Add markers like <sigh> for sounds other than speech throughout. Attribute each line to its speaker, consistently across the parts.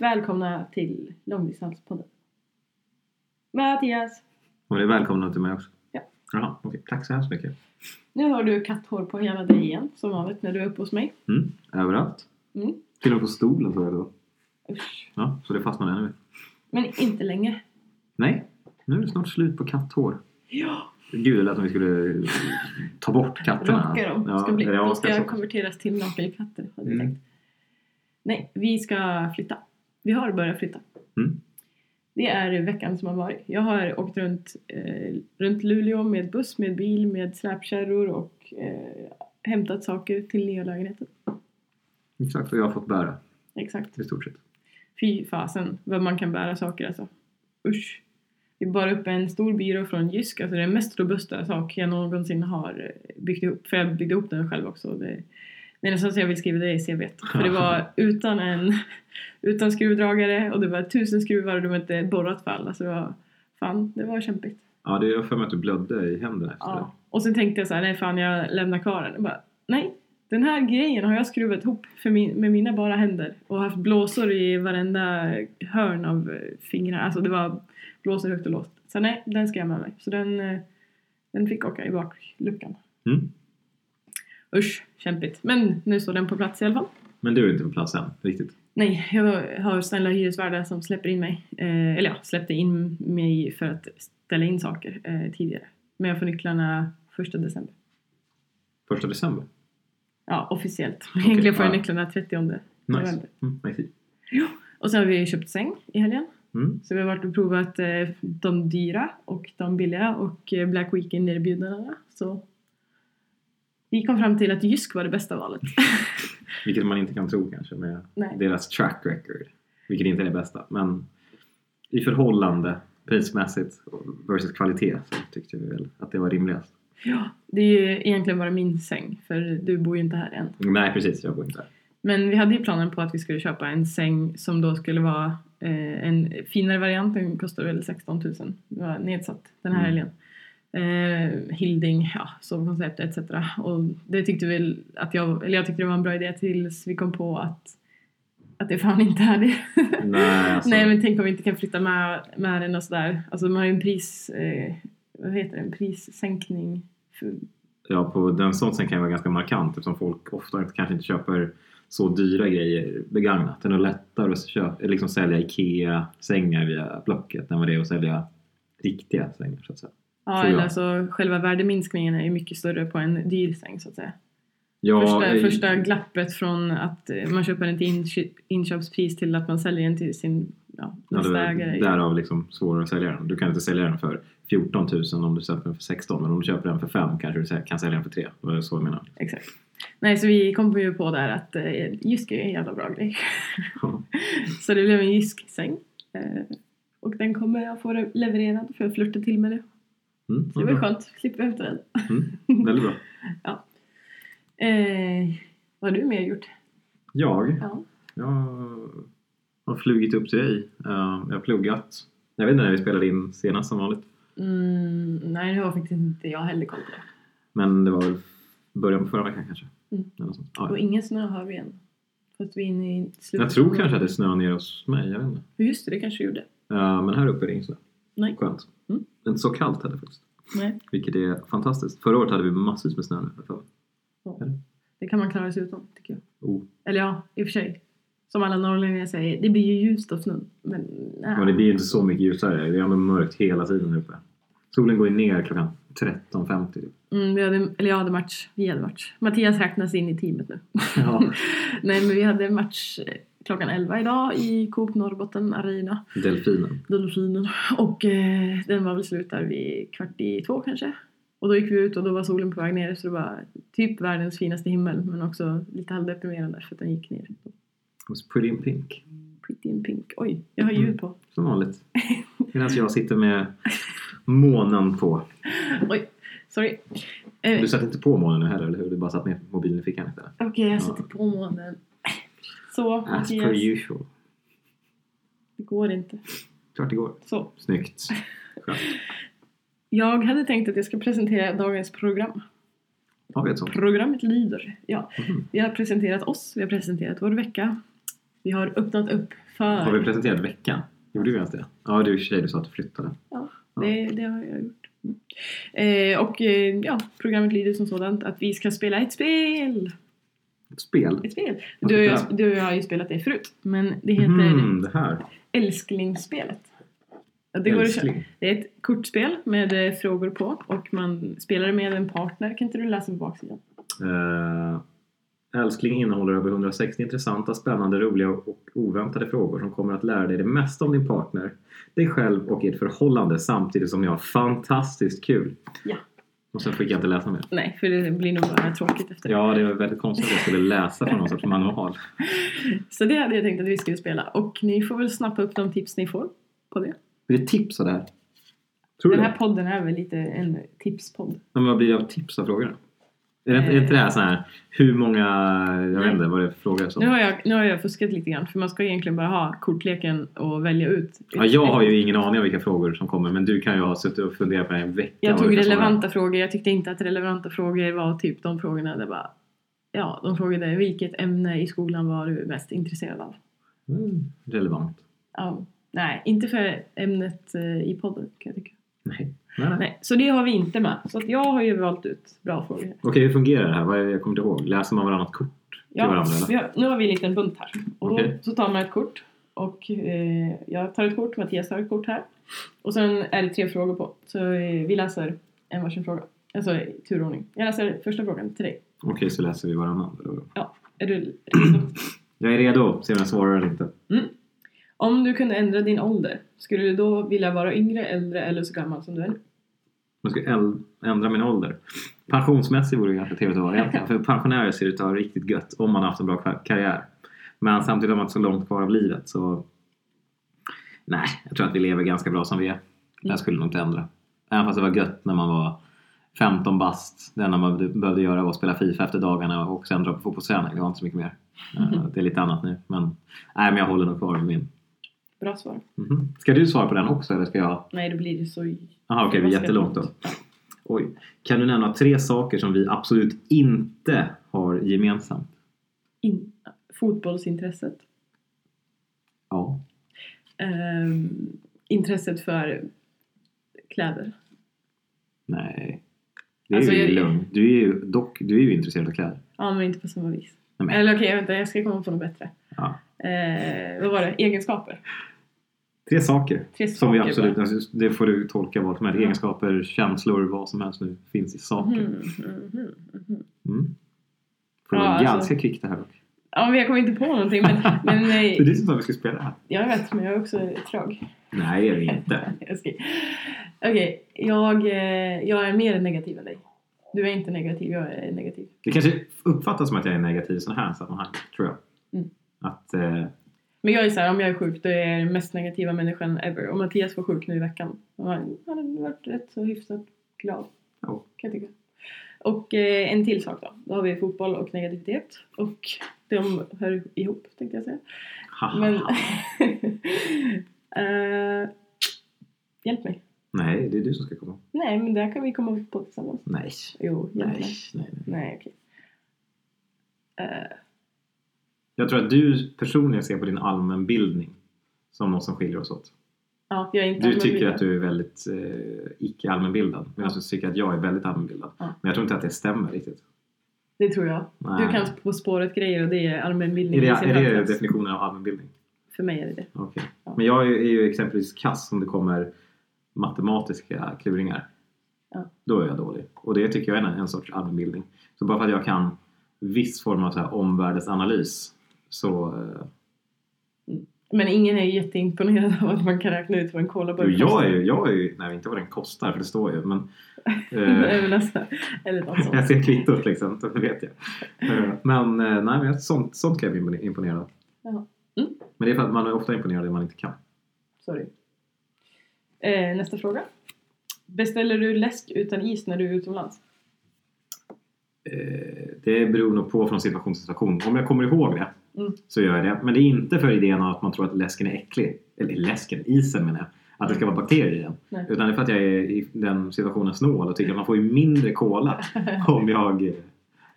Speaker 1: välkomna till Långdistanspodden. Mattias,
Speaker 2: Hon är välkomna till mig också.
Speaker 1: Ja.
Speaker 2: Jaha, okej. Tack så hemskt mycket.
Speaker 1: nu har du katthår på hela dig igen som vanligt när du är uppe hos mig.
Speaker 2: Mm. Överallt.
Speaker 1: Mm.
Speaker 2: Till och med på stolen så jag det var.
Speaker 1: Usch.
Speaker 2: Ja, så det fastnade ännu mer.
Speaker 1: Men inte länge.
Speaker 2: Nej, nu är det snart slut på katthår.
Speaker 1: Ja,
Speaker 2: Gud, det lät som vi skulle ta bort katterna.
Speaker 1: rocka dem.
Speaker 2: Ja,
Speaker 1: ska bli,
Speaker 2: ja,
Speaker 1: de ska
Speaker 2: kanske.
Speaker 1: konverteras till nakenkatter. hade jag
Speaker 2: Mm.
Speaker 1: tänkt. Nej, vi ska flytta. Vi har börjat flytta.
Speaker 2: Mm.
Speaker 1: Det är veckan som har varit. Jag har åkt runt, eh, runt Luleå med buss, med bil, med släpkärror och eh, hämtat saker till nya lägenheten.
Speaker 2: Exakt, och jag har fått bära
Speaker 1: Exakt.
Speaker 2: i stort sett.
Speaker 1: Fy fasen vad man kan bära saker alltså. Usch. Vi bar upp en stor byrå från Jysk, alltså den mest robusta sak jag någonsin har eh, byggt ihop. För jag byggde ihop den själv också. Det, det är nästan så jag vill skriva det i CVt. För det var utan en utan skruvdragare och det var tusen skruvar och de var inte borrat för alla. Så det var, fan, det var kämpigt.
Speaker 2: Ja, det är för mig att du blödde i händerna efter
Speaker 1: Ja. Och sen tänkte jag så här, nej fan jag lämnar kvar den. Jag bara, nej, den här grejen har jag skruvat ihop för min, med mina bara händer. Och haft blåsor i varenda hörn av eh, fingrarna. Alltså det var blåsor högt och lågt. Så nej, den ska jag med mig. Så den, eh, den fick åka i bakluckan.
Speaker 2: det. Mm.
Speaker 1: Usch, kämpigt. Men nu står den på plats i alla fall.
Speaker 2: Men du är inte på plats än, riktigt.
Speaker 1: Nej, jag har snälla hyresvärdar som släpper in mig. Eh, eller ja, släppte in mig för att ställa in saker eh, tidigare. Men jag får nycklarna första december.
Speaker 2: Första december.
Speaker 1: Ja, officiellt.
Speaker 2: Okej,
Speaker 1: Egentligen får jag
Speaker 2: ja.
Speaker 1: nycklarna 30 november.
Speaker 2: Nice. Mm, nice.
Speaker 1: Och sen har vi köpt säng i helgen.
Speaker 2: Mm.
Speaker 1: Så vi har varit och provat eh, de dyra och de billiga och eh, Black Weekend erbjudandena. Så vi kom fram till att Jysk var det bästa
Speaker 2: <laughs>
Speaker 1: valet.
Speaker 2: Vilket man inte kan tro kanske med
Speaker 1: Nej.
Speaker 2: deras track record. Vilket inte är det bästa. Men i förhållande prismässigt versus kvalitet så tyckte vi väl att det var rimligast.
Speaker 1: Ja, det är ju egentligen bara min säng för du bor ju inte här än.
Speaker 2: Nej precis, jag bor inte där.
Speaker 1: Men vi hade ju planen på att vi skulle köpa en säng som då skulle vara eh, en finare variant. Den kostar väl 16 000. Det var nedsatt den här
Speaker 2: Mm.
Speaker 1: helgen. Eh, Hilding, ja, sovkoncept etc. Och det tyckte väl att jag, eller jag tyckte det var en bra idé tills vi kom på att, att det fan inte är det.
Speaker 2: <laughs>
Speaker 1: <laughs>
Speaker 2: Nej, alltså.
Speaker 1: Nej men tänk om vi inte kan flytta med, med den och sådär. Alltså man har ju en pris, eh, vad heter det, en prissänkning. För,
Speaker 2: Ja, på den sånt sen kan det vara ganska markant eftersom folk ofta kanske inte köper så dyra grejer begagnat. Det är nog lättare att köpa, liksom sälja IKEA-sängar via Blocket än vad det är att sälja riktiga sängar så att säga.
Speaker 1: ja
Speaker 2: Tror jag.
Speaker 1: eller alltså själva värdeminskningen är ju mycket större på en dyr säng så att säga.
Speaker 2: Ja,
Speaker 1: första,
Speaker 2: eh,
Speaker 1: första glappet från att eh, man köper den till inköp, inköpspris till att man säljer den till sin ja,
Speaker 2: Ja, det
Speaker 1: nästa
Speaker 2: var
Speaker 1: ägare.
Speaker 2: därav liksom svårare att sälja den. Du kan inte sälja den för 14 000 om du köper den för 16 men om du köper den för 5 kanske du sä- kan sälja den för 3. Det var så jag menar.
Speaker 1: Exakt. Nej, så vi kom ju på där att eh, Jysk är en jävla bra grej. <laughs> så det blev en Jysk-säng. Eh, och den kommer jag få re- levererad för jag flörtade till med det.
Speaker 2: Mm,
Speaker 1: Så det var skönt, slipper jag hämta den.
Speaker 2: mm, väldigt bra.
Speaker 1: Eh, vad har du mer gjort?
Speaker 2: Jag,
Speaker 1: Ja.
Speaker 2: jag har flugit upp till dig. Eh, Jag har pluggat. Jag vet inte när vi spelade in senast som vanligt.
Speaker 1: Mm, nej, det har faktiskt inte jag heller koll på. det.
Speaker 2: Men det var väl början på förra veckan kanske.
Speaker 1: Mm.
Speaker 2: Eller något sånt. Ja,
Speaker 1: Och ingen snö har vi än. Fast vi är inne i slutet.
Speaker 2: jag tror kanske att det snöade ner hos mig. Jag vet inte.
Speaker 1: Just det, det kanske gjorde.
Speaker 2: Eh, Men här uppe är det inget snö.
Speaker 1: Nej.
Speaker 2: Skönt.
Speaker 1: Mm.
Speaker 2: Det är Inte så kallt heller faktiskt.
Speaker 1: Nej.
Speaker 2: Vilket är fantastiskt. Förra året hade vi massvis med snö nu. för-
Speaker 1: Det kan man klara sig utan, tycker jag.
Speaker 2: Oh,
Speaker 1: Eller ja, i och för sig. Som alla norrlänningar säger, det blir ju ljust av snön. Men nej.
Speaker 2: Men det blir ju inte så mycket ljusare. Det är ändå mörkt hela tiden här uppe. Solen går ju ner klockan 13.50. typ.
Speaker 1: Mm, vi hade, eller jag hade match, vi hade match. Mattias räknas in i teamet nu.
Speaker 2: Ja.
Speaker 1: <laughs> Nej, men vi hade match eh, klockan 11 idag i Coop Norrbotten Arena,
Speaker 2: <laughs> Delfinen.
Speaker 1: Delfinen. Och eh, den var väl slut där vid kvart i två kanske. Och då gick vi ut och då var solen på väg ner så det var typ världens finaste himmel men också lite halvdeprimerande för att den gick ner.
Speaker 2: It was pretty in pink.
Speaker 1: Pretty in pink. Oj, jag har ljud på.
Speaker 2: Som vanligt. Medan jag sitter med månen på.
Speaker 1: Oj, sorry. Eh,
Speaker 2: Du satte inte på månen nu heller, eller hur? Du bara satte ner mobilen i fickan istället.
Speaker 1: Okej, jag
Speaker 2: Ja.
Speaker 1: sätter på månen. Så,
Speaker 2: As
Speaker 1: Mattias.
Speaker 2: per usual.
Speaker 1: Det går inte.
Speaker 2: Klart det går.
Speaker 1: Så.
Speaker 2: Snyggt. Skönt.
Speaker 1: Jag hade tänkt att jag ska presentera dagens program.
Speaker 2: Har vi ett sånt?
Speaker 1: Programmet lyder. Ja.
Speaker 2: Mhm.
Speaker 1: Vi har presenterat oss, vi har presenterat vår vecka. Vi har öppnat upp
Speaker 2: Har vi
Speaker 1: För.
Speaker 2: presenterat veckan? Gjorde vi ens det? Ja, du i och för sig, du sa att du flyttade.
Speaker 1: Det, det har jag gjort. Mm. Eh, och eh, ja, programmet lyder som sådant att vi ska spela ett spel.
Speaker 2: Ett spel?
Speaker 1: Ett spel.
Speaker 2: Vad
Speaker 1: Du, och
Speaker 2: ska
Speaker 1: jag, du och jag har ju spelat det förut. Men det heter
Speaker 2: Mm, det här.
Speaker 1: Älsklingsspelet. Ja, Det, går att köpa.
Speaker 2: Älskling.
Speaker 1: det är ett kortspel med eh, frågor på och man spelar med en partner. Kan inte du läsa på baksidan?
Speaker 2: Eh, älskling innehåller över 160 intressanta, spännande, roliga och oväntade frågor som kommer att lära dig det mesta om din partner, dig själv och ert förhållande samtidigt som ni har fantastiskt kul.
Speaker 1: Ja.
Speaker 2: Och sen fick jag inte läsa mer.
Speaker 1: Nej, för det blir nog bara tråkigt efter det.
Speaker 2: Ja, det var väldigt konstigt att jag skulle läsa från någon sorts manual.
Speaker 1: Så det hade jag tänkt att vi skulle spela. Och ni får väl snappa upp de tips ni får på det.
Speaker 2: Blir det tips av det här? Tror du
Speaker 1: Den
Speaker 2: det?
Speaker 1: här podden är väl lite en tipspodd.
Speaker 2: Ja, Men vad blir det av tips av frågorna? Är det, är
Speaker 1: Eh.
Speaker 2: inte det här så här, hur många, jag vet
Speaker 1: Nej.
Speaker 2: inte vad det är för frågor som...
Speaker 1: Nu har, jag, nu har jag fuskat lite grann för man ska egentligen bara ha kortleken och välja ut.
Speaker 2: Ja, jag har ju ingen aning om vilka frågor som kommer men du kan ju ha suttit och funderat på det här en vecka.
Speaker 1: Jag
Speaker 2: vad
Speaker 1: tog
Speaker 2: vilka som är.
Speaker 1: relevanta frågor. Jag tyckte inte att relevanta frågor var typ de frågorna där bara... Ja, de frågade vilket ämne i skolan var du mest intresserad av?
Speaker 2: Mm, relevant.
Speaker 1: Ja, nej, inte för ämnet eh, i podden kan jag tycka.
Speaker 2: Nej. Nej. nej.
Speaker 1: Nej, så det har vi inte med. Så att jag har ju valt ut bra frågor. här.
Speaker 2: Okej, hur fungerar det här? Vad är, jag kommer inte ihåg. Läser man varannat kort?
Speaker 1: Ja,
Speaker 2: varandra, eller?
Speaker 1: vi har, nu har vi en liten bunt här. Och
Speaker 2: Okej.
Speaker 1: då, så tar man ett kort. Och eh, jag tar ett kort, Mattias tar ett kort här. Och sen är det tre frågor på. Så eh, vi läser en varsin fråga. Alltså i turordning. Jag läser första frågan till dig.
Speaker 2: Okej, så läser vi varannan. Då.
Speaker 1: Är du redo?
Speaker 2: Jag är redo. Se om jag svarar eller inte.
Speaker 1: Om du kunde ändra din ålder, skulle du då vilja vara yngre, äldre eller så gammal som du är nu?
Speaker 2: Man ska äl- ändra min ålder. Pensionsmässigt vore det ganska trevligt att vara egentligen. För pensionärer ser det ut att ha riktigt gött om man har haft en bra kar- karriär. Men samtidigt har man inte så långt kvar av livet så... Nej, jag tror att vi lever ganska bra som vi är. Jag skulle nog inte ändra. Även fast det var gött när man var 15 bast. Det enda man be- behövde göra var att spela Fifa efter dagarna och sen dra på fotbollsträning. Det var inte så mycket mer. Eh, Det är lite annat nu. Men, nej, men jag håller nog kvar vid min.
Speaker 1: Bra svar.
Speaker 2: Mhm. Ska du svara på den också eller ska jag?
Speaker 1: Nej, då blir det så...
Speaker 2: Jaha, okej, vi är
Speaker 1: Vad ska jag
Speaker 2: jättelångt då. Oj. Kan du nämna tre saker som vi absolut inte har gemensamt?
Speaker 1: In... Fotbollsintresset.
Speaker 2: Ja.
Speaker 1: Ehm, intresset för kläder.
Speaker 2: Nej. Det är
Speaker 1: Alltså,
Speaker 2: ju
Speaker 1: jag-
Speaker 2: lugn. Du är ju, dock, du är ju intresserad av kläder.
Speaker 1: Ja, men inte på samma vis.
Speaker 2: Nej, men-
Speaker 1: Eller okej, vänta, jag ska komma på något bättre.
Speaker 2: Ja.
Speaker 1: Ehm, vad var det? Egenskaper.
Speaker 2: Tre saker
Speaker 1: Tre
Speaker 2: som vi
Speaker 1: saker
Speaker 2: absolut...
Speaker 1: bara.
Speaker 2: Alltså, det får du tolka vad som helst.
Speaker 1: Ja.
Speaker 2: Egenskaper, känslor, vad som helst nu finns i saker.
Speaker 1: Mhm, mhm, mhm.
Speaker 2: Mm. För
Speaker 1: Ja,
Speaker 2: det var
Speaker 1: alltså-
Speaker 2: ganska kvickt det här dock.
Speaker 1: Ja, men jag kommer inte på någonting.
Speaker 2: <laughs>
Speaker 1: Men, men
Speaker 2: Det är
Speaker 1: nej,
Speaker 2: du som sa att vi ska spela här.
Speaker 1: jag vet, men jag är också trög.
Speaker 2: Nej, det är det inte.
Speaker 1: Jag ska- Okej, jag, eh, jag är mer negativ än dig. Du är inte negativ, jag är negativ.
Speaker 2: Det kanske uppfattas som att jag är negativ i sådana här sammanhang, tror jag.
Speaker 1: Mm.
Speaker 2: Att... Eh,
Speaker 1: Men jag är så här, om jag är sjuk då är jag den mest negativa människan ever. Och Mattias var sjuk nu i veckan. Och han han hade varit rätt så hyfsat glad.
Speaker 2: Ja.
Speaker 1: Kan jag tycka. Och eh, en till sak då. Då har vi fotboll och negativitet. Och de hör ihop tänkte jag säga.
Speaker 2: haha.
Speaker 1: Men...
Speaker 2: Ah.
Speaker 1: <laughs> Eh, hjälp mig.
Speaker 2: Nej, det är du som ska komma.
Speaker 1: Nej men där kan vi komma på tillsammans.
Speaker 2: Nej.
Speaker 1: Jo, hjälp
Speaker 2: Nej,
Speaker 1: mig.
Speaker 2: nej, nej.
Speaker 1: Nej okej. Eh,
Speaker 2: Jag tror att du personligen ser på din allmänbildning som något som skiljer oss åt.
Speaker 1: ja, jag är inte
Speaker 2: Du tycker
Speaker 1: allmänbildad.
Speaker 2: att du är väldigt eh, icke allmänbildad medan du tycker att jag är väldigt allmänbildad.
Speaker 1: Ja.
Speaker 2: Men jag tror inte att det stämmer riktigt.
Speaker 1: Det tror jag.
Speaker 2: Nej.
Speaker 1: Du kan På spåret grejer och det är allmänbildning
Speaker 2: Är det,
Speaker 1: i sin
Speaker 2: är det
Speaker 1: högklass.
Speaker 2: definitionen av allmänbildning?
Speaker 1: För mig är det det.
Speaker 2: Okej.
Speaker 1: Ja.
Speaker 2: Men jag är ju- är ju exempelvis kass om det kommer matematiska kluringar.
Speaker 1: Ja.
Speaker 2: Då är jag dålig. Och det tycker jag är en, en sorts allmänbildning. Så bara för att jag kan viss form av så här omvärldsanalys så... Eh,
Speaker 1: Men ingen är ju jätteimponerad av att man kan räkna ut vad en
Speaker 2: Jo,
Speaker 1: colaburk
Speaker 2: jag är ju, jag är ju, nej inte vad den kostar för det står ju
Speaker 1: <laughs>
Speaker 2: men
Speaker 1: Nej,
Speaker 2: eh,
Speaker 1: men alltså, Eller något sånt.
Speaker 2: <laughs> jag ser kvittot liksom, så det vet jag. Eh, men eh, nej, men sånt, sånt kan jag bli impone- imponerad av.
Speaker 1: Jaha. Mm.
Speaker 2: Men det är för att man är ofta imponerad av det man inte kan.
Speaker 1: Sorry. Eh, nästa fråga. Beställer du läsk utan is när du är utomlands?
Speaker 2: Eh, det beror nog på från situation till situation. Om jag kommer ihåg det
Speaker 1: Mm.
Speaker 2: så gör jag det. Men det är inte för idén av att man tror att läsken är äcklig. Eller läsken, isen menar jag. Att det ska vara bakterier i den.
Speaker 1: Nej.
Speaker 2: Utan det är för att jag är i den situationen snål och tycker att man får ju mindre cola
Speaker 1: <laughs>
Speaker 2: om jag eh,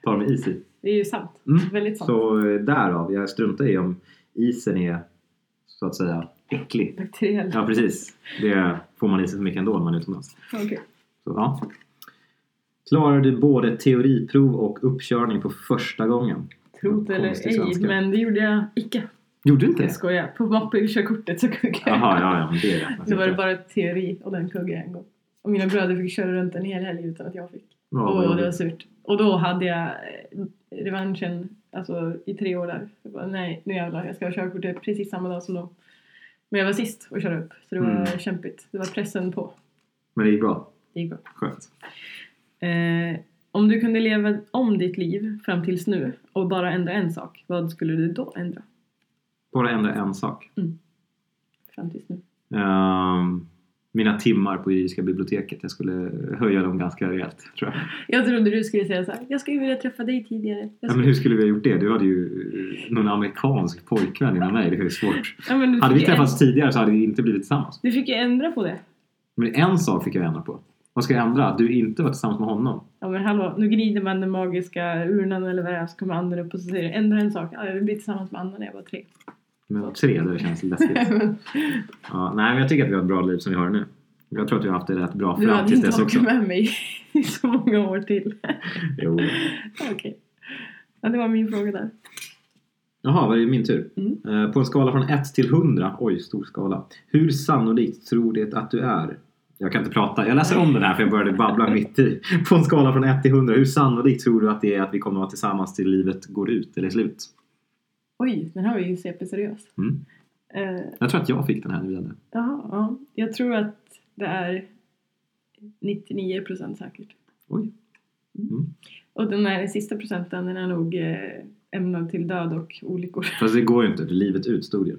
Speaker 2: tar med is i.
Speaker 1: Det är ju sant.
Speaker 2: Mm.
Speaker 1: Väldigt sant.
Speaker 2: Så eh, därav, jag struntar i om isen är så att säga äcklig.
Speaker 1: Bakteriell.
Speaker 2: Ja precis, det får man i sig så mycket ändå när man är utomlands.
Speaker 1: Okej.
Speaker 2: Så, ja. Klarar du både teoriprov och uppkörning på första gången?
Speaker 1: Tro det eller
Speaker 2: Konstig
Speaker 1: ej,
Speaker 2: svenska.
Speaker 1: men det gjorde jag icke.
Speaker 2: Gjorde du inte
Speaker 1: Jag
Speaker 2: det?
Speaker 1: skojar. På mappekörkortet så kunde jag.
Speaker 2: Jaha, ja, ja, men det är
Speaker 1: Så var det bara teori och den kuggade jag en gång. Och mina bröder fick köra runt en hel helg utan att jag fick.
Speaker 2: Ja,
Speaker 1: Åh,
Speaker 2: vad
Speaker 1: det var
Speaker 2: jobbigt.
Speaker 1: surt. Och då hade jag eh, revanschen alltså, i tre år där. Jag bara, nej, nu jävlar, jag ska ha körkortet precis samma dag som dem. Men jag var sist att köra upp, så det var
Speaker 2: Mm.
Speaker 1: kämpigt. Det var pressen på.
Speaker 2: Men det gick bra.
Speaker 1: Det gick bra.
Speaker 2: Skönt.
Speaker 1: Eh, om du kunde leva om ditt liv fram tills nu och bara ändra en sak, vad skulle du då ändra
Speaker 2: Bara ändra en sak.
Speaker 1: fram tills nu?
Speaker 2: Ehm, mina timmar på juridiska biblioteket. Jag skulle höja dem ganska rejält tror jag.
Speaker 1: Jag trodde du skulle säga så här. jag skulle vilja träffa dig tidigare. Jag
Speaker 2: Ja, men hur skulle vi ha gjort det? Du hade ju eh, någon amerikansk pojkvän innan mig. Det är ju svårt.
Speaker 1: skulle- Ja, men du
Speaker 2: Hade
Speaker 1: fick
Speaker 2: vi
Speaker 1: ju
Speaker 2: träffats tidigare så hade vi inte blivit tillsammans.
Speaker 1: änd- Du fick ju ändra på det.
Speaker 2: Men en sak fick jag ändra på. Vad ska jag ändra? Att du inte var tillsammans med honom.
Speaker 1: Ja men hallå, nu gnider man den magiska urnan eller vad det är så kommer anden upp och så säger det, ändra en sak. Ja, jag vill bli tillsammans med anden när jag var tre.
Speaker 2: Men tre, det känns läskigt.
Speaker 1: <laughs>
Speaker 2: Ja, nej, men jag tycker att vi har ett bra liv som vi har det nu. Jag tror att vi har haft det rätt bra
Speaker 1: du
Speaker 2: fram
Speaker 1: hade
Speaker 2: tills
Speaker 1: inte
Speaker 2: dess
Speaker 1: varit
Speaker 2: också.
Speaker 1: med mig i så många år till.
Speaker 2: Jo.
Speaker 1: Okej. Ja, det var min fråga där.
Speaker 2: Jaha, var det min tur?
Speaker 1: Mm.
Speaker 2: Eh, På en skala från 1 till 100, oj stor skala. Hur sannolikt tror det att du är? Jag kan inte prata, jag läser om den här för jag började babbla mitt i. På en skala från 1 till 100, hur sannolikt tror du att det är att vi kommer att vara tillsammans till livet går ut eller är slut?
Speaker 1: Oj, den här var ju CP-seriös.
Speaker 2: Mm.
Speaker 1: Eh,
Speaker 2: Jag tror att jag fick den här nu igen.
Speaker 1: Jaha, ja. Jag tror att det är 99% säkert.
Speaker 2: Oj. Mm.
Speaker 1: Och den här sista procenten den är nog eh, ämnad till död och olyckor.
Speaker 2: Fast det går ju inte, för livet ut stod ju.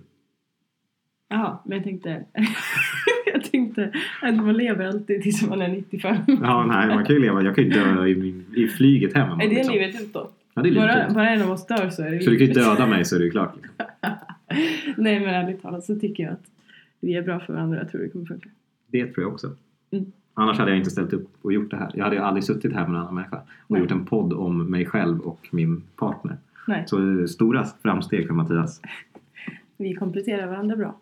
Speaker 1: Jaha, men jag tänkte... <laughs> jag tänkte att man lever alltid tills man är 95.
Speaker 2: Ja, nej, man kan ju leva, jag kan ju dö i, min, i flyget hem. om man
Speaker 1: Är det
Speaker 2: liksom-
Speaker 1: livet ut då?
Speaker 2: Ja, det är livet
Speaker 1: Bara,
Speaker 2: ut.
Speaker 1: bara en av oss dör så är det
Speaker 2: Så du kan ju
Speaker 1: livet ut.
Speaker 2: döda mig så är det ju klart. Liksom.
Speaker 1: Nej men ärligt talat så tycker jag att vi är bra för varandra. Jag tror det kommer funka.
Speaker 2: Det tror jag också.
Speaker 1: Mm.
Speaker 2: Annars hade jag inte ställt upp och gjort det här. Jag hade ju aldrig suttit här med en annan människa och
Speaker 1: Nej.
Speaker 2: gjort en podd om mig själv och min partner.
Speaker 1: Nej,
Speaker 2: Så eh, stora framsteg för Mattias.
Speaker 1: vi kompletterar varandra bra.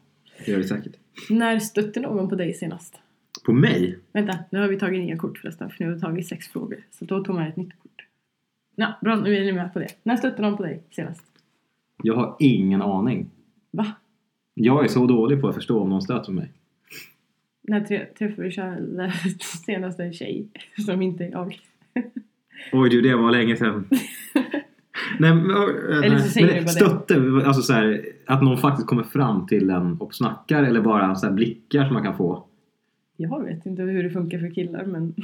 Speaker 2: Det gör det säkert.
Speaker 1: När stötte någon på dig senast?
Speaker 2: På mig?
Speaker 1: Vänta, nu har vi tagit nya kort förresten för nu har vi tagit sex frågor. Så då tog man ett nytt kort. Ja, bra, nu är ni med på det. När stötte någon på dig senast?
Speaker 2: Jag har ingen aning.
Speaker 1: Va?
Speaker 2: Jag är så dålig på att förstå om någon stöter mig.
Speaker 1: När trä- träffade du <laughs> kär- senast en tjej som inte är jag?
Speaker 2: Oj du, det var länge sedan.
Speaker 1: <laughs>
Speaker 2: nej, men, eh, nej.
Speaker 1: så säger
Speaker 2: Men
Speaker 1: du bara det.
Speaker 2: stötte, alltså så här, att någon faktiskt kommer fram till en och snackar eller bara så här blickar som man kan få.
Speaker 1: Jag vet inte hur det funkar för killar men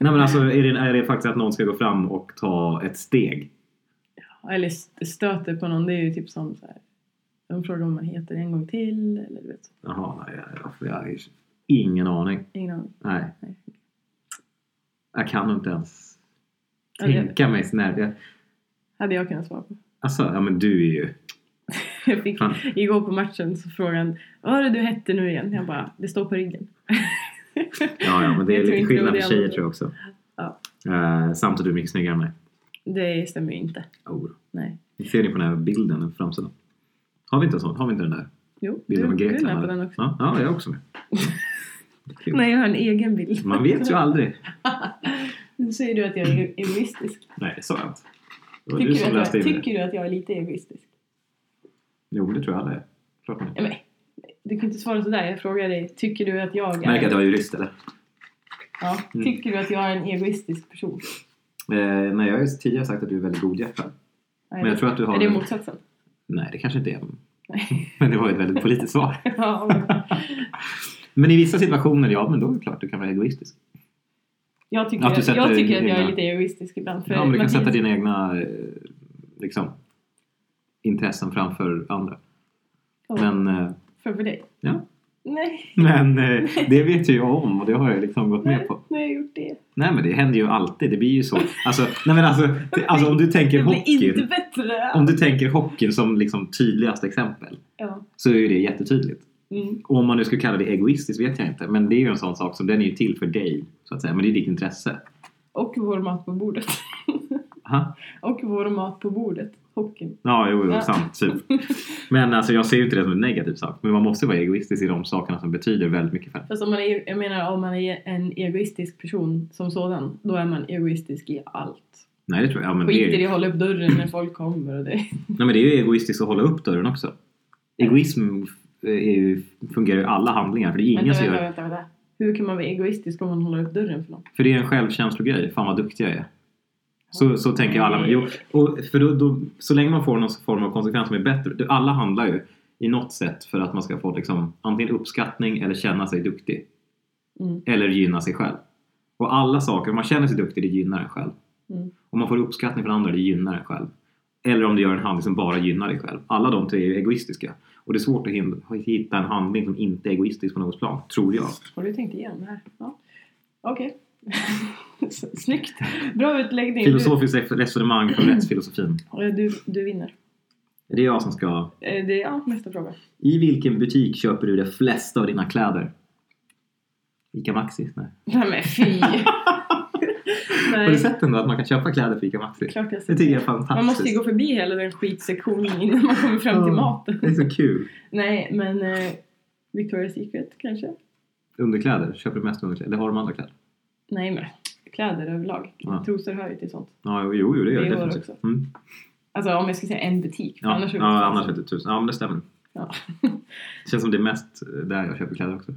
Speaker 2: Nej men alltså är det, är det faktiskt att någon ska gå fram och ta ett steg?
Speaker 1: Eller st- stöter på någon, det är ju typ som så här. De frågar om man heter en gång till eller du vet.
Speaker 2: Jaha, nej, jag, jag, jag har ingen aning.
Speaker 1: Ingen aning.
Speaker 2: Nej.
Speaker 1: Nej.
Speaker 2: Jag kan inte ens
Speaker 1: Ja, det-
Speaker 2: tänka mig snäll. Jag,
Speaker 1: Hade jag kunnat svara på.
Speaker 2: alltså, ja men du är ju...
Speaker 1: Jag fick,
Speaker 2: Fan.
Speaker 1: igår på matchen så frågade han Vad var det du hette nu igen? Jag bara, det står på ryggen.
Speaker 2: Ja, ja men det är
Speaker 1: Jag tror
Speaker 2: lite
Speaker 1: inte
Speaker 2: skillnad
Speaker 1: det
Speaker 2: för
Speaker 1: var det
Speaker 2: tjejer
Speaker 1: jag
Speaker 2: tror jag också.
Speaker 1: Ja.
Speaker 2: Eh, samt att du är mycket snyggare än mig.
Speaker 1: Det stämmer ju inte.
Speaker 2: Oh.
Speaker 1: Nej.
Speaker 2: Ni ser ni på den här bilden, den framsidan. Har vi inte en sån? Har vi inte den där
Speaker 1: Jo, du,
Speaker 2: bilden av
Speaker 1: du är
Speaker 2: Grekland?
Speaker 1: med på
Speaker 2: eller?
Speaker 1: den också.
Speaker 2: Ja, ja, jag
Speaker 1: <laughs>
Speaker 2: är också med. Kul.
Speaker 1: Nej, jag har en egen bild.
Speaker 2: Man vet ju aldrig.
Speaker 1: Nu säger du att jag är egoistisk.
Speaker 2: Nej, det sa jag inte. Det var
Speaker 1: Tycker
Speaker 2: du
Speaker 1: du,
Speaker 2: som
Speaker 1: att
Speaker 2: läste
Speaker 1: jag,
Speaker 2: in det.
Speaker 1: tycker du att jag är lite egoistisk?
Speaker 2: Jo, det tror jag alla är. Klart man är.
Speaker 1: Ja, men, du kan inte svara sådär. Jag frågar dig, tycker du att jag är...
Speaker 2: Märker att jag är jurist eller?
Speaker 1: ja,
Speaker 2: Mm.
Speaker 1: tycker du att jag är en egoistisk person?
Speaker 2: Eh, nej, jag har ju tidigare sagt att du är väldigt godhjärtad.
Speaker 1: Nej,
Speaker 2: Men jag tror att du har...
Speaker 1: Är det motsatsen? <laughs>
Speaker 2: Nej, det kanske inte är.
Speaker 1: Nej.
Speaker 2: Men det var ju ett väldigt politiskt svar.
Speaker 1: Ja, men
Speaker 2: Men i vissa situationer, ja, men då är det klart du kan vara egoistisk.
Speaker 1: jag tycker
Speaker 2: Att du
Speaker 1: att,
Speaker 2: sätter
Speaker 1: jag, tycker att jag är
Speaker 2: egna-
Speaker 1: lite egoistisk ibland. För
Speaker 2: ja, men du kan
Speaker 1: Mattias-
Speaker 2: sätta dina egna eh, liksom, intressen framför andra.
Speaker 1: Ja,
Speaker 2: Men, eh,
Speaker 1: Framför dig?
Speaker 2: Ja.
Speaker 1: Nej,
Speaker 2: men eh, det vet ju jag om och det har jag liksom gått med
Speaker 1: nej,
Speaker 2: på.
Speaker 1: nu har jag gjort det.
Speaker 2: Nej, men det händer ju alltid. Det blir ju så. Alltså, nej, men alltså, det, alltså om du tänker
Speaker 1: Det blir inte
Speaker 2: hockeyn.
Speaker 1: bättre!
Speaker 2: Om du tänker hockeyn som liksom tydligaste exempel
Speaker 1: Ja.
Speaker 2: så är ju det jättetydligt.
Speaker 1: Mm.
Speaker 2: Och om man nu ska kalla det egoistiskt vet jag inte. Men det är ju en sån sak som den är ju till för dig. Så att säga. Men det är ditt intresse.
Speaker 1: Och vår mat på bordet. <laughs>
Speaker 2: Aha.
Speaker 1: Och vår mat på bordet. hockeyn.
Speaker 2: Ja, jo, jo
Speaker 1: Ja.
Speaker 2: sant. Typ. Men alltså, jag ser ju inte det som en negativ sak. Men man måste vara egoistisk i de sakerna som betyder väldigt mycket för en.
Speaker 1: Fast om man är, jag menar om man är en egoistisk person som sådan, då är man egoistisk i allt.
Speaker 2: Nej, det tror jag. Ja, men det
Speaker 1: Skiter i
Speaker 2: är,
Speaker 1: att hålla upp dörren när folk kommer och det.
Speaker 2: nej, men det är ju egoistiskt att hålla upp dörren också. Egoism eh, är ju, fungerar ju i alla handlingar. För det är ingen
Speaker 1: vänta,
Speaker 2: som
Speaker 1: vänta,
Speaker 2: gör...
Speaker 1: vänta, vänta. Hur kan man vara egoistisk om man håller upp dörren för någon?
Speaker 2: För det är en självkänslogrej. Fan vad duktig jag är. Så, så tänker ju alla. Jo, och för då, då, så länge man får någon form av konsekvens som är bättre. du- Alla handlar ju i något sätt för att man ska få liksom, antingen uppskattning eller känna sig duktig.
Speaker 1: Mm.
Speaker 2: Eller gynna sig själv. Och alla saker, om man känner sig duktig, det gynnar en själv.
Speaker 1: Mm.
Speaker 2: Om man får uppskattning från andra, det gynnar en själv. Eller om du gör en handling som bara gynnar dig själv. Alla de tre är ju egoistiska. Och det är svårt att hin- hitta en handling som inte är egoistisk på något plan, tror jag.
Speaker 1: Har du tänkt igenom det här? Ja. Okej. <laughs> Snyggt! Bra utläggning.
Speaker 2: Filosofiskt ref- resonemang från rättsfilosofin.
Speaker 1: Du, du, du vinner.
Speaker 2: Det är jag som ska...
Speaker 1: Eh, Det, ja, nästa fråga.
Speaker 2: I vilken butik köper du de flesta av dina kläder? Ica Maxi? Nej.
Speaker 1: Nej men
Speaker 2: <laughs>
Speaker 1: fy!
Speaker 2: Har du
Speaker 1: Nej,
Speaker 2: sett ändå att man kan köpa kläder på Ica Maxi?
Speaker 1: klart jag
Speaker 2: Det
Speaker 1: sett
Speaker 2: tycker jag
Speaker 1: det.
Speaker 2: är
Speaker 1: Man måste ju
Speaker 2: fantastiskt.
Speaker 1: gå förbi hela den skitsektionen innan man kommer fram till
Speaker 2: Ja.
Speaker 1: maten.
Speaker 2: Det är så kul.
Speaker 1: Nej, men eh, Victoria's Secret kanske?
Speaker 2: Underkläder? Köper du mest underkläder? Eller har de andra kläder?
Speaker 1: Nej men kläder överlag.
Speaker 2: Ja.
Speaker 1: Trosor hör ju till sånt.
Speaker 2: Ja, jo, jo, jo, det gör
Speaker 1: Det
Speaker 2: det
Speaker 1: gör det
Speaker 2: definitivt. Mm.
Speaker 1: Alltså om jag ska säga en butik. för
Speaker 2: Ja,
Speaker 1: annars är det
Speaker 2: ja,
Speaker 1: inte
Speaker 2: annars
Speaker 1: så. alltså.
Speaker 2: är det tusen. Ja, men det stämmer.
Speaker 1: Ja.
Speaker 2: Det känns som det är mest där jag
Speaker 1: <laughs>
Speaker 2: köper kläder också.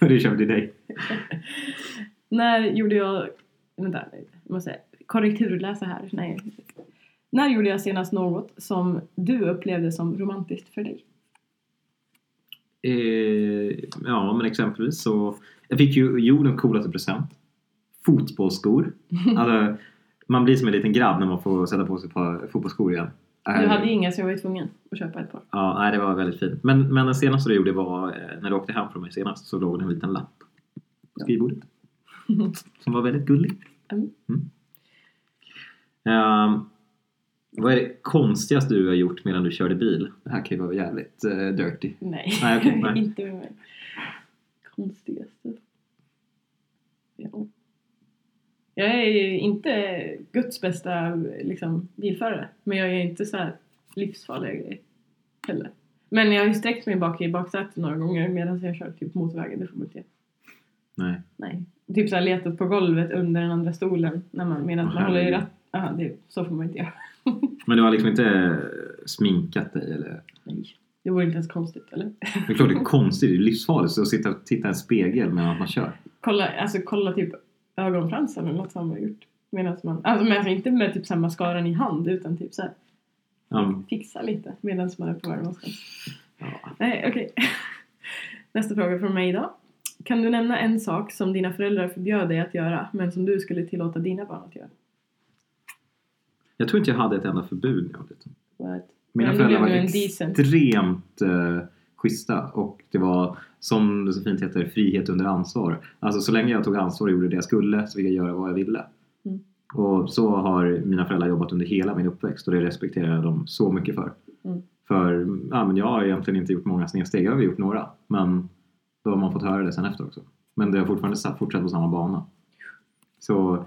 Speaker 2: det köper till dig.
Speaker 1: När gjorde jag... Vänta, jag måste korrekturläsa här. Nej. När gjorde jag senast något som du upplevde som romantiskt för dig?
Speaker 2: Eh, ja, men exempelvis så... Jag fick ju jordens coolaste present.
Speaker 1: <laughs>
Speaker 2: Fotbollsskor. Alltså, man blir som en liten grabb när man får sätta på sig ett par fotbollsskor igen.
Speaker 1: Du hade inga så jag var ju tvungen att köpa ett par.
Speaker 2: Ja, nej, det var väldigt fint. Men, men den senaste du gjorde var, eh, när du åkte hem från mig senast, så låg det en liten lapp på skrivbordet. Som var väldigt gullig.
Speaker 1: Mm.
Speaker 2: Mm. Ehm, vad är det konstigaste du har gjort medan du körde bil? Det här kan ju vara jävligt eh, dirty.
Speaker 1: Nej, <laughs>
Speaker 2: Nej, okej, nej.
Speaker 1: inte med mig. Konstigaste. Ja. Jag är ju inte Guds bästa liksom, bilförare, men jag är inte så här livsfarliga grejer heller. Men jag har ju sträckt mig bak i baksätet några gånger medan jag kört typ motorvägen, det får man inte göra.
Speaker 2: Nej.
Speaker 1: Nej. Typ såhär letat på golvet under den andra stolen när man, medan
Speaker 2: Åh,
Speaker 1: man håller i
Speaker 2: herregud.
Speaker 1: ratt. Aha, det, så får man inte göra.
Speaker 2: Men du har liksom inte eh, sminkat dig eller?
Speaker 1: Nej. Det vore inte ens konstigt, eller?
Speaker 2: Det är klart det är konstigt, det är livsfarligt att sitta och titta i en spegel medan man kör.
Speaker 1: Kolla, alltså, kolla typ ögonfransar eller något som man har gjort. Medan man, alltså, men alltså inte med typ såhär mascaran i hand utan typ såhär
Speaker 2: Ja,
Speaker 1: fixa lite medan man är på väg någonstans.
Speaker 2: Ja.
Speaker 1: Nej, okej. <laughs> Nästa fråga från mig idag. Kan du nämna en sak som dina föräldrar förbjöd dig att göra men som du skulle tillåta dina barn att göra?
Speaker 2: jag tror inte jag hade ett enda förbud när jag var liten.
Speaker 1: What?
Speaker 2: Mina
Speaker 1: Men nu
Speaker 2: föräldrar
Speaker 1: blev
Speaker 2: var
Speaker 1: du en decent.
Speaker 2: extremt eh, schyssta och det var som det så fint heter frihet under ansvar. Alltså så länge jag tog ansvar och gjorde det jag skulle så fick jag göra vad jag ville.
Speaker 1: Mm.
Speaker 2: Och så har mina föräldrar jobbat under hela min uppväxt och det respekterar jag dem så mycket för.
Speaker 1: Mm.
Speaker 2: För ja, men jag har egentligen inte gjort många snedsteg, jag har gjort några. Men då har man fått höra det sen efter också. Men det har fortfarande sa- fortsatt på samma bana. Så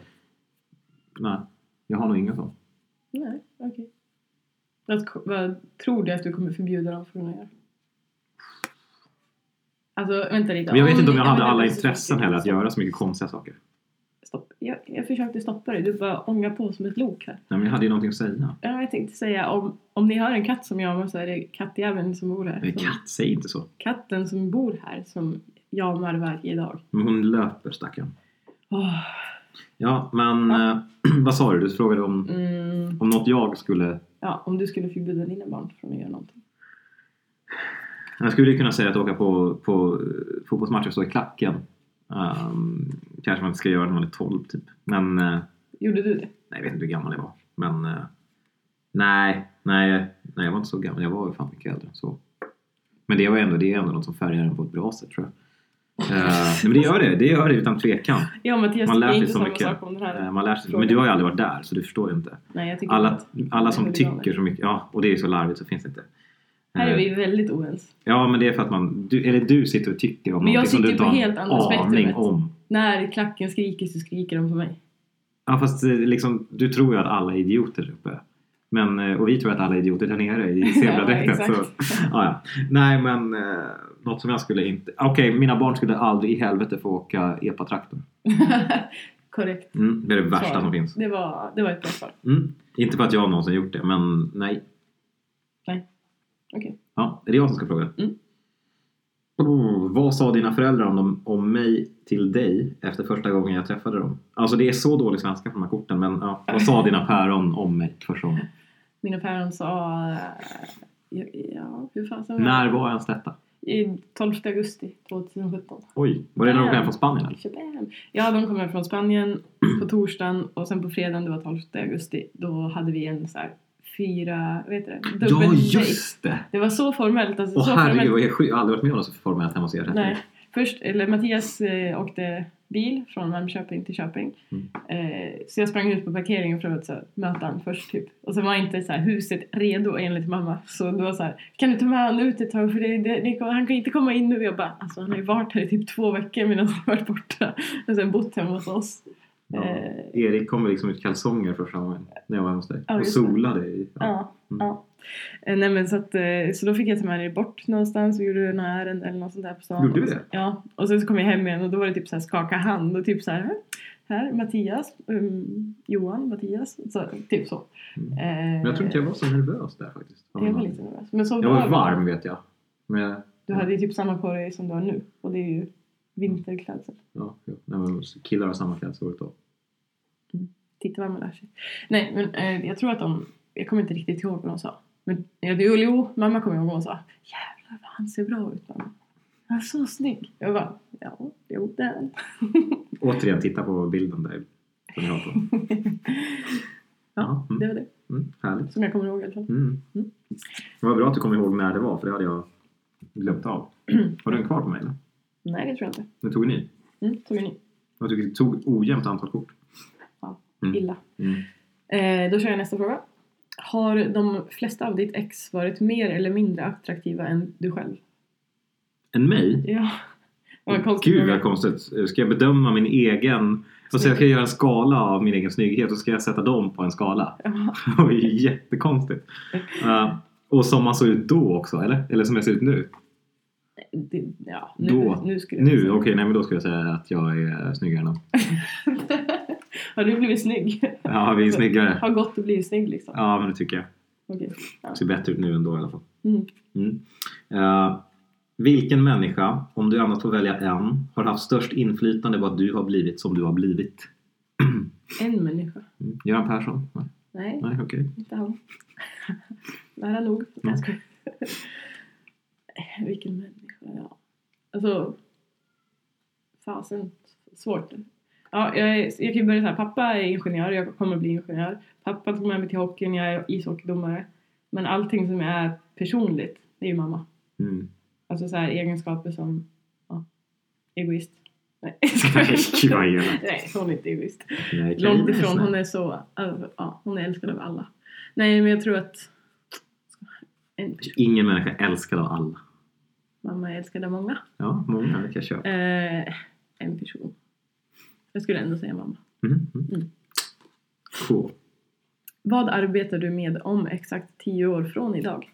Speaker 2: nej, jag har nog inga sånt.
Speaker 1: Nej, okej. Vad, vad tror du att du kommer förbjuda dem från att göra? Alltså, vänta lite.
Speaker 2: Men jag vet inte om jag hade
Speaker 1: vänta,
Speaker 2: alla
Speaker 1: vänta,
Speaker 2: intressen
Speaker 1: stopp,
Speaker 2: heller att
Speaker 1: stopp,
Speaker 2: göra så mycket konstiga saker.
Speaker 1: Stopp. Jag, jag försökte stoppa dig, du bara ångar på som ett lok här.
Speaker 2: Nej, men jag hade ju någonting att säga.
Speaker 1: Ja, Jag tänkte säga, om, om ni hör en katt som jamar så är det kattjäveln som bor här.
Speaker 2: Nej,
Speaker 1: Som,
Speaker 2: katt, säg inte så.
Speaker 1: katten som bor här som jamar varje dag.
Speaker 2: Men hon löper stackarn.
Speaker 1: Åh,
Speaker 2: Ja, men eh, <clears throat> vad sa du? Du frågade om,
Speaker 1: mm,
Speaker 2: om något jag skulle...
Speaker 1: ja, om du skulle förbjuda dina barn från att göra någonting.
Speaker 2: Jag skulle ju kunna säga att åka på, på eh, fotbollsmatcher och stå i klacken. Ehm, kanske man inte ska göra när man är 12 typ. Men eh,
Speaker 1: Gjorde du det?
Speaker 2: nej, jag vet inte hur gammal jag var. Men eh, nej, nej, nej, jag var inte så gammal. Jag var ju fan mycket äldre än så. Men det, var ändå, det är ändå något som färgar en på ett bra sätt tror jag. Eh, nej, men det gör det, det gör det utan tvekan.
Speaker 1: Ja, Mattias,
Speaker 2: Man
Speaker 1: det
Speaker 2: lär
Speaker 1: är
Speaker 2: sig
Speaker 1: inte
Speaker 2: så
Speaker 1: samma
Speaker 2: mycket.
Speaker 1: sak om den här.
Speaker 2: Eh, Man lär sig, men du har ju aldrig varit där så du förstår ju inte.
Speaker 1: Nej, jag tycker
Speaker 2: Alla,
Speaker 1: inte.
Speaker 2: alla som
Speaker 1: Huliganer.
Speaker 2: tycker så mycket, ja och det är så larvigt så finns det inte.
Speaker 1: Här är
Speaker 2: Eh,
Speaker 1: vi väldigt oense.
Speaker 2: Ja men det är för att man, du, eller du sitter och tycker om
Speaker 1: Men jag
Speaker 2: någonting som
Speaker 1: sitter
Speaker 2: du
Speaker 1: ju
Speaker 2: inte
Speaker 1: på
Speaker 2: har
Speaker 1: helt andra
Speaker 2: en aning
Speaker 1: spektrumet.
Speaker 2: om.
Speaker 1: När klacken skriker så skriker de på mig. <laughs>
Speaker 2: Ja fast eh, liksom, du tror ju att alla är idioter där uppe. Men, eh, och vi tror att alla är idioter där nere i zebradräkten.
Speaker 1: <laughs> Ja,
Speaker 2: så,
Speaker 1: exakt.
Speaker 2: <laughs> ja, ja. Nej men eh, något som jag skulle inte... Okej, mina barn skulle aldrig i helvete få åka epa-traktor.
Speaker 1: Korrekt.
Speaker 2: Mm, det är det värsta
Speaker 1: Svar.
Speaker 2: som finns.
Speaker 1: Det var, det var ett bra svar.
Speaker 2: Mm. Inte för att jag någonsin gjort det, men nej.
Speaker 1: Okej.
Speaker 2: Ja, är det jag som ska fråga?
Speaker 1: Mm.
Speaker 2: Oh, vad sa dina föräldrar om, dem, om mig till dig efter första gången jag träffade dem? Alltså det är så dålig svenska på de här korten, men ja, vad sa dina päron om mig första gången?
Speaker 1: Mina päron sa... eh, Ja, ja hur fan sa
Speaker 2: När var ens detta?
Speaker 1: I 12 augusti 2017.
Speaker 2: Oj, var det när de kom hem från Spanien eller?
Speaker 1: Shabam. Ja, de kom hem från Spanien
Speaker 2: <clears throat>
Speaker 1: på torsdagen och sen på fredagen, det var 12 augusti, då hade vi en så här fyra, vad heter det?
Speaker 2: Ja,
Speaker 1: Dubbeldejt.
Speaker 2: just det!
Speaker 1: Det var så formellt. Alltså,
Speaker 2: Åh
Speaker 1: så
Speaker 2: herregud,
Speaker 1: formellt.
Speaker 2: vad jag är sjuk. jag har aldrig varit med om något så formellt hemma hos er.
Speaker 1: Nej. Först, eller Mattias eh, åkte bil från Malmköping till Köping.
Speaker 2: Mm.
Speaker 1: Eh, så jag sprang ut på parkeringen för att så här, möta honom först typ. Och sen var inte så här, huset redo enligt mamma. Så det var så här, kan du ta med honom ut ett tag för det, det, det, han kan inte komma in nu. Jag bara, alltså han har ju varit här i typ två veckor medan han har varit borta. Och sen bott hemma hos oss.
Speaker 2: Ja.
Speaker 1: Eh,
Speaker 2: Erik kom liksom ut i kalsonger första gången när jag var hemma hos dig.
Speaker 1: Ja,
Speaker 2: och
Speaker 1: just det.
Speaker 2: solade i... Ja.
Speaker 1: Ja,
Speaker 2: Mm.
Speaker 1: ja. Eh, Nej, men så, att, eh, så då fick jag ta med dig bort någonstans. Vi gjorde några ärenden eller något sånt där på stan.
Speaker 2: Gjorde vi det?
Speaker 1: Ja. Och sen så kom jag hem igen och då var det typ så här skaka hand och typ så här. Här, Mattias. Um, Johan, Mattias. Så, typ så.
Speaker 2: Mm.
Speaker 1: Eh,
Speaker 2: Men jag tror inte jag var så nervös där faktiskt.
Speaker 1: jag var lite nervös. Men så
Speaker 2: Jag var
Speaker 1: du.
Speaker 2: varm vet jag. Men jag...
Speaker 1: Du hade ju typ samma på dig som du har nu. Och det är
Speaker 2: Mm.
Speaker 1: ju vinterklädsel.
Speaker 2: Ja, ja. Nej, men killar har samma klädsel året om.
Speaker 1: Titta vad man lär sig. Nej, men eh, jag tror att de... Jag kommer inte riktigt ihåg vad de sa. Men ja, det, jo, mamma kommer ihåg vad hon sa. Jävlar vad han ser bra ut mamma. Han är så snygg. Jag bara, ja, jo det är han.
Speaker 2: Återigen, titta på bilden där som ni har på.
Speaker 1: <laughs> Ja,
Speaker 2: Ja, mm.
Speaker 1: det var det
Speaker 2: Mm, härligt.
Speaker 1: som jag kommer ihåg i alla fall.
Speaker 2: Mm.
Speaker 1: Mm.
Speaker 2: Det var bra att du kom ihåg när det var för det hade jag
Speaker 1: <clears throat>
Speaker 2: glömt av. Har du en kvar på mig eller?
Speaker 1: Nej, det tror jag inte.
Speaker 2: Nu tog ni.
Speaker 1: Mm, tog en ny.
Speaker 2: Jag tycker det tog ojämnt antal kort. Mm.
Speaker 1: Illa.
Speaker 2: Mm.
Speaker 1: Eh, då kör jag nästa fråga. Har de flesta av ditt ex varit mer eller mindre attraktiva än du själv?
Speaker 2: En mig?
Speaker 1: Ja. <laughs> Vad en konstig
Speaker 2: Gud
Speaker 1: fråga.
Speaker 2: vad konstigt. Ska jag bedöma min egen... Och så ska jag göra en skala av min egen snygghet och ska jag sätta dem på en skala.
Speaker 1: Ja.
Speaker 2: <laughs> Det var ju jättekonstigt. Ja, och som man såg ut då också, eller? Eller som jag ser ut nu?
Speaker 1: Det, ja, nu,
Speaker 2: Då.
Speaker 1: nu skulle jag
Speaker 2: Nu?
Speaker 1: säga.
Speaker 2: Okej, nej men då skulle jag säga att jag är snyggare än dem.
Speaker 1: <laughs> Har du blivit snygg?
Speaker 2: Ja, vi är snyggare.
Speaker 1: Har gått och blivit snygg liksom?
Speaker 2: Ja, men det tycker jag.
Speaker 1: Okej.
Speaker 2: Det ser bättre ut nu än då i alla fall.
Speaker 1: Mm.
Speaker 2: Mm. Eh, vilken människa, om du annars får välja en, har haft störst inflytande på att du har blivit som du har blivit? <clears throat>
Speaker 1: En människa?
Speaker 2: Mm. Göran Persson? Nej,
Speaker 1: Nej,
Speaker 2: nej okej.
Speaker 1: inte han. <laughs> Nära nog. Nej, jag skojar. Vilken människa, ja. Alltså... Fasen, svårt. Ja, jag, är- jag kan ju börja så här. Pappa är ingenjör, jag kommer bli ingenjör. Pappa tog med mig till hockeyn, jag är ishockeydomare. Men allting som är personligt, det är ju mamma.
Speaker 2: Mm.
Speaker 1: Alltså så här egenskaper som... Ja, egoist. Nej, <laughs>
Speaker 2: Nej, <laughs> gud vad
Speaker 1: skojar.
Speaker 2: elakt.
Speaker 1: Nej, hon är inte egoist.
Speaker 2: Nej, Karolina
Speaker 1: Långt
Speaker 2: är
Speaker 1: ifrån.
Speaker 2: snäll.
Speaker 1: Hon är så... över- Ja, hon är älskad av alla. Nej, men jag tror att... En person,
Speaker 2: Ingen människa är älskad av alla.
Speaker 1: mamma är älskad av många.
Speaker 2: Ja, många. Det kan jag köpa.
Speaker 1: Eh, en person. Jag skulle ändå säga mamma.
Speaker 2: Mm. Mm.
Speaker 1: Mm.
Speaker 2: Cool.
Speaker 1: Vad arbetar du med om exakt tio år från idag?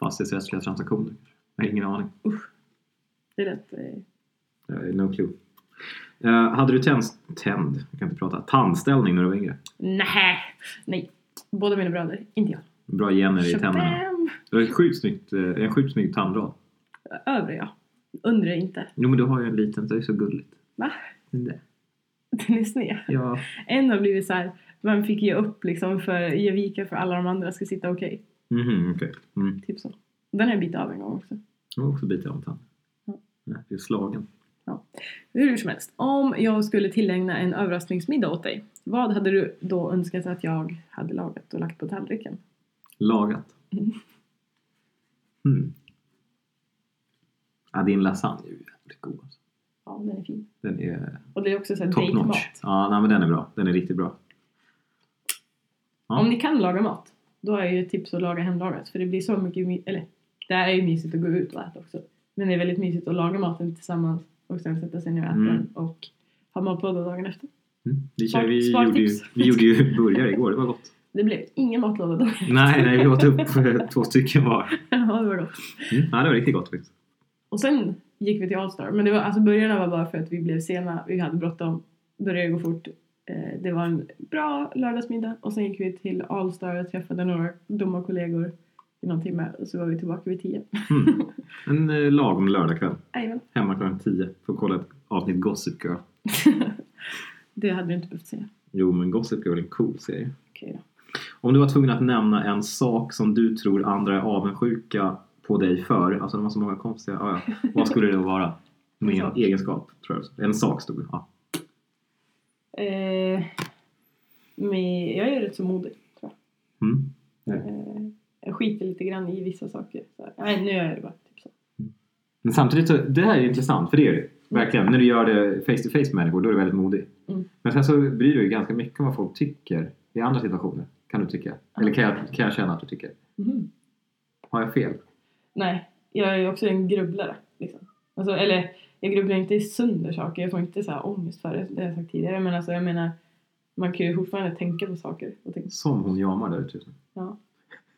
Speaker 2: Fastighetsrättsliga transaktioner. Jag har ingen aning.
Speaker 1: Det är lätt... Eh,
Speaker 2: Eh, No clue. Eh, hade du tänd, tänd, jag kan inte prata, tandställning när du var yngre?
Speaker 1: nej, Nej. Båda mina bröder. Inte jag.
Speaker 2: Bra gener i tänderna.
Speaker 1: Shabam!
Speaker 2: Du har ett sjukt snyggt, eh, en sjukt snygg tandrad.
Speaker 1: Övre ja. Undre inte.
Speaker 2: Jo men du har ju en liten, det är så gulligt.
Speaker 1: Va?
Speaker 2: Den där.
Speaker 1: Den är sned.
Speaker 2: Ja.
Speaker 1: En har blivit så här... Man fick ge upp liksom för ge vika för alla de andra ska sitta okej.
Speaker 2: Mhm, okej. Mm.
Speaker 1: Typ så. Den har jag bitit av en gång också.
Speaker 2: Jag har också bitit av en tand.
Speaker 1: Ja.
Speaker 2: Nej, det är slagen.
Speaker 1: Hur som helst, om jag skulle tillägna en överraskningsmiddag åt dig, vad hade du då önskat att jag hade lagat och lagt på tallriken?
Speaker 2: Lagat.
Speaker 1: Mm.
Speaker 2: Mm. Ja, din lasagne är ju jävligt god. alltså.
Speaker 1: Ja, den är fin.
Speaker 2: Den är
Speaker 1: Och det är också så här
Speaker 2: top notch.
Speaker 1: dejtmat.
Speaker 2: Ja, nej, men den är bra. Den är riktigt bra. Ja.
Speaker 1: Om ni kan laga mat, då är ju ett tips att laga hemlagat. För det blir så mycket, my- eller det är ju mysigt att gå ut och äta också. Men det är väldigt mysigt att laga maten tillsammans och sen sätta sig ner och äta
Speaker 2: Mm.
Speaker 1: den och ha matpodden dagen efter.
Speaker 2: Mm. Vi,
Speaker 1: Smart-
Speaker 2: kör, vi,
Speaker 1: smart
Speaker 2: gjorde ju,
Speaker 1: tips.
Speaker 2: vi gjorde ju burgare igår, det var gott.
Speaker 1: Det blev ingen matlåda då. <laughs>
Speaker 2: Nej, nej, vi åt upp eh, två stycken var.
Speaker 1: ja, det var gott.
Speaker 2: Mm. Ja, det var riktigt gott faktiskt.
Speaker 1: Och sen gick vi till Allstar. Men det var, alltså början var bara för att vi blev sena. Vi hade bråttom. Började gå fort. Eh, Det var en bra lördagsmiddag. Och sen gick vi till Allstar och träffade några dumma-kollegor i någon timme. Och så var vi tillbaka vid tio.
Speaker 2: Mm. En eh, lagom lördagkväll.
Speaker 1: Jajamän.
Speaker 2: Hemma klockan 10 för att kolla ett avsnitt Gossip Girl.
Speaker 1: Det hade du inte behövt säga.
Speaker 2: Jo, men Gossip Girl är en cool serie.
Speaker 1: Okej då.
Speaker 2: Om du var tvungen att nämna en sak som du tror andra är avundsjuka på dig för, alltså de har så många konstiga, ja, ja. vad skulle det då vara? Med en egenskap, tror jag. En sak stod det. Ja.
Speaker 1: Eh, men jag är rätt så modig. Tror
Speaker 2: Mm.
Speaker 1: jag. Eh, jag skiter lite grann i vissa saker. Så, här, nej, nu gör jag det bara. Typ så.
Speaker 2: Men samtidigt, så, det här är ju intressant, för det är det. Verkligen. När du gör det face to face med människor, då är du väldigt modig.
Speaker 1: Mm.
Speaker 2: Men sen så bryr du dig ganska mycket om vad folk tycker i andra situationer, kan du tycka. Eller kan jag, kan jag känna att du tycker.
Speaker 1: Mhm.
Speaker 2: Har jag fel?
Speaker 1: Nej, jag är ju också en grubblare. Liksom. Alltså, eller jag grubblar inte sönder saker, jag får inte så här ångest för det, det har jag sagt tidigare. Men alltså, jag menar, man kan ju fortfarande tänka på saker. Och tänka,
Speaker 2: Som hon jamar där ute. just nu.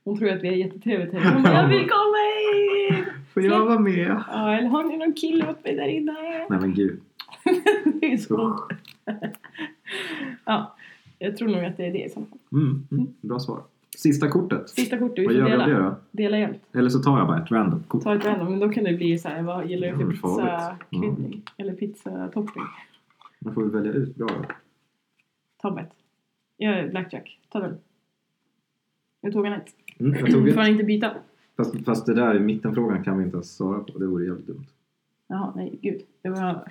Speaker 1: hon tror att vi är jättetrevligt här. Hon bara, jag vill komma hit!
Speaker 2: Får jag vara med?
Speaker 1: Ja, eller har ni någon kille åt mig där inne? <laughs>
Speaker 2: Nej men gud.
Speaker 1: Det är så.
Speaker 2: Usch.
Speaker 1: Ja, jag tror nog att det är det i så fall.
Speaker 2: Mm, mm, bra svar. Sista kortet.
Speaker 1: Sista kortet, vi
Speaker 2: Vad
Speaker 1: får
Speaker 2: gör vi av det
Speaker 1: dela.
Speaker 2: då?
Speaker 1: Dela jämt.
Speaker 2: Eller så tar jag bara ett random kort.
Speaker 1: Ta ett random, men då kan det bli så här, vad gillar du för
Speaker 2: Mm, farligt. Mm.
Speaker 1: pizzakryddning? Eller pizzatopping?
Speaker 2: Man får väl välja ut bra då.
Speaker 1: Tobbet. Jag är blackjack. Ta den. Jag tog en ett.
Speaker 2: Mm, jag tog
Speaker 1: Får
Speaker 2: ett.
Speaker 1: han inte byta?
Speaker 2: Fast, fast det där i mittenfrågan kan vi inte ens svara på. Det vore jävligt dumt.
Speaker 1: Jaha, nej gud. Det var...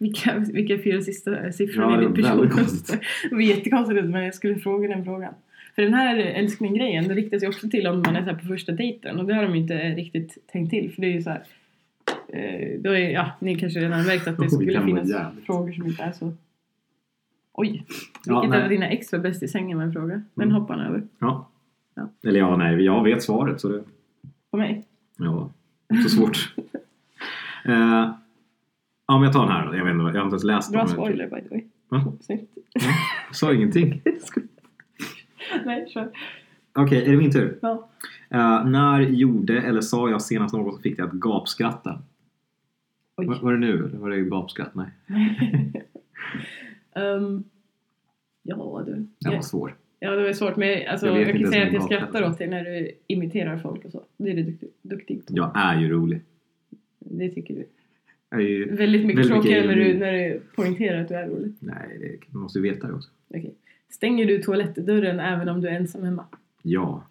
Speaker 1: Vilka, vilka fyra sista eh, siffror
Speaker 2: Ja,
Speaker 1: i
Speaker 2: det
Speaker 1: din
Speaker 2: var väldigt
Speaker 1: person?
Speaker 2: konstigt.
Speaker 1: Det var jättekonstigt men jag skulle fråga den frågan. För den här älskling-grejen det riktas ju också till om man är så här på första dejten och det har de ju inte riktigt tänkt till för det är ju så här. eh, Då är, ja, ni kanske redan har märkt att det
Speaker 2: Oj,
Speaker 1: skulle
Speaker 2: kan vara
Speaker 1: finnas
Speaker 2: jävligt.
Speaker 1: frågor som inte är så... Oj! Vilket
Speaker 2: Ja, nej.
Speaker 1: av dina ex var bäst i sängen var en fråga. Den
Speaker 2: Mm.
Speaker 1: hoppar han över.
Speaker 2: Ja.
Speaker 1: Ja.
Speaker 2: Eller ja, nej, jag vet svaret så det...
Speaker 1: På mig.
Speaker 2: Ja, inte så svårt.
Speaker 1: <laughs>
Speaker 2: eh, ja, men jag tar den här då. Jag vet inte, vad- jag har inte ens läst
Speaker 1: Bra
Speaker 2: den. men-
Speaker 1: spoiler by the way.
Speaker 2: Va?
Speaker 1: Snyggt. <laughs>
Speaker 2: Jag sa ingenting.
Speaker 1: Nej, kör.
Speaker 2: Okej, är det min tur?
Speaker 1: Ja.
Speaker 2: Eh, när gjorde eller sa jag senast något som fick dig att gapskratta?
Speaker 1: Oj.
Speaker 2: Var, var det nu? eller Var det gapskratt? Nej,
Speaker 1: <laughs> Ehm, ja du.
Speaker 2: den
Speaker 1: Ja,
Speaker 2: var svår.
Speaker 1: ja, det var svårt men alltså,
Speaker 2: Jag
Speaker 1: jag,
Speaker 2: vet
Speaker 1: kan
Speaker 2: inte
Speaker 1: säga att
Speaker 2: ens
Speaker 1: jag
Speaker 2: om jag
Speaker 1: skrattar
Speaker 2: pratar.
Speaker 1: åt dig när du imiterar folk och så. Det är du duktig, duktig på.
Speaker 2: Jag är ju rolig.
Speaker 1: Det tycker du.
Speaker 2: Jag är ju...
Speaker 1: Väldigt mycket
Speaker 2: Väldigt mycket
Speaker 1: tråkigare när du,
Speaker 2: ironi.
Speaker 1: när du poängterar att du är rolig.
Speaker 2: Nej, det man måste ju veta det också.
Speaker 1: Okej. Stänger du toalettdörren även om du är ensam hemma?
Speaker 2: Ja.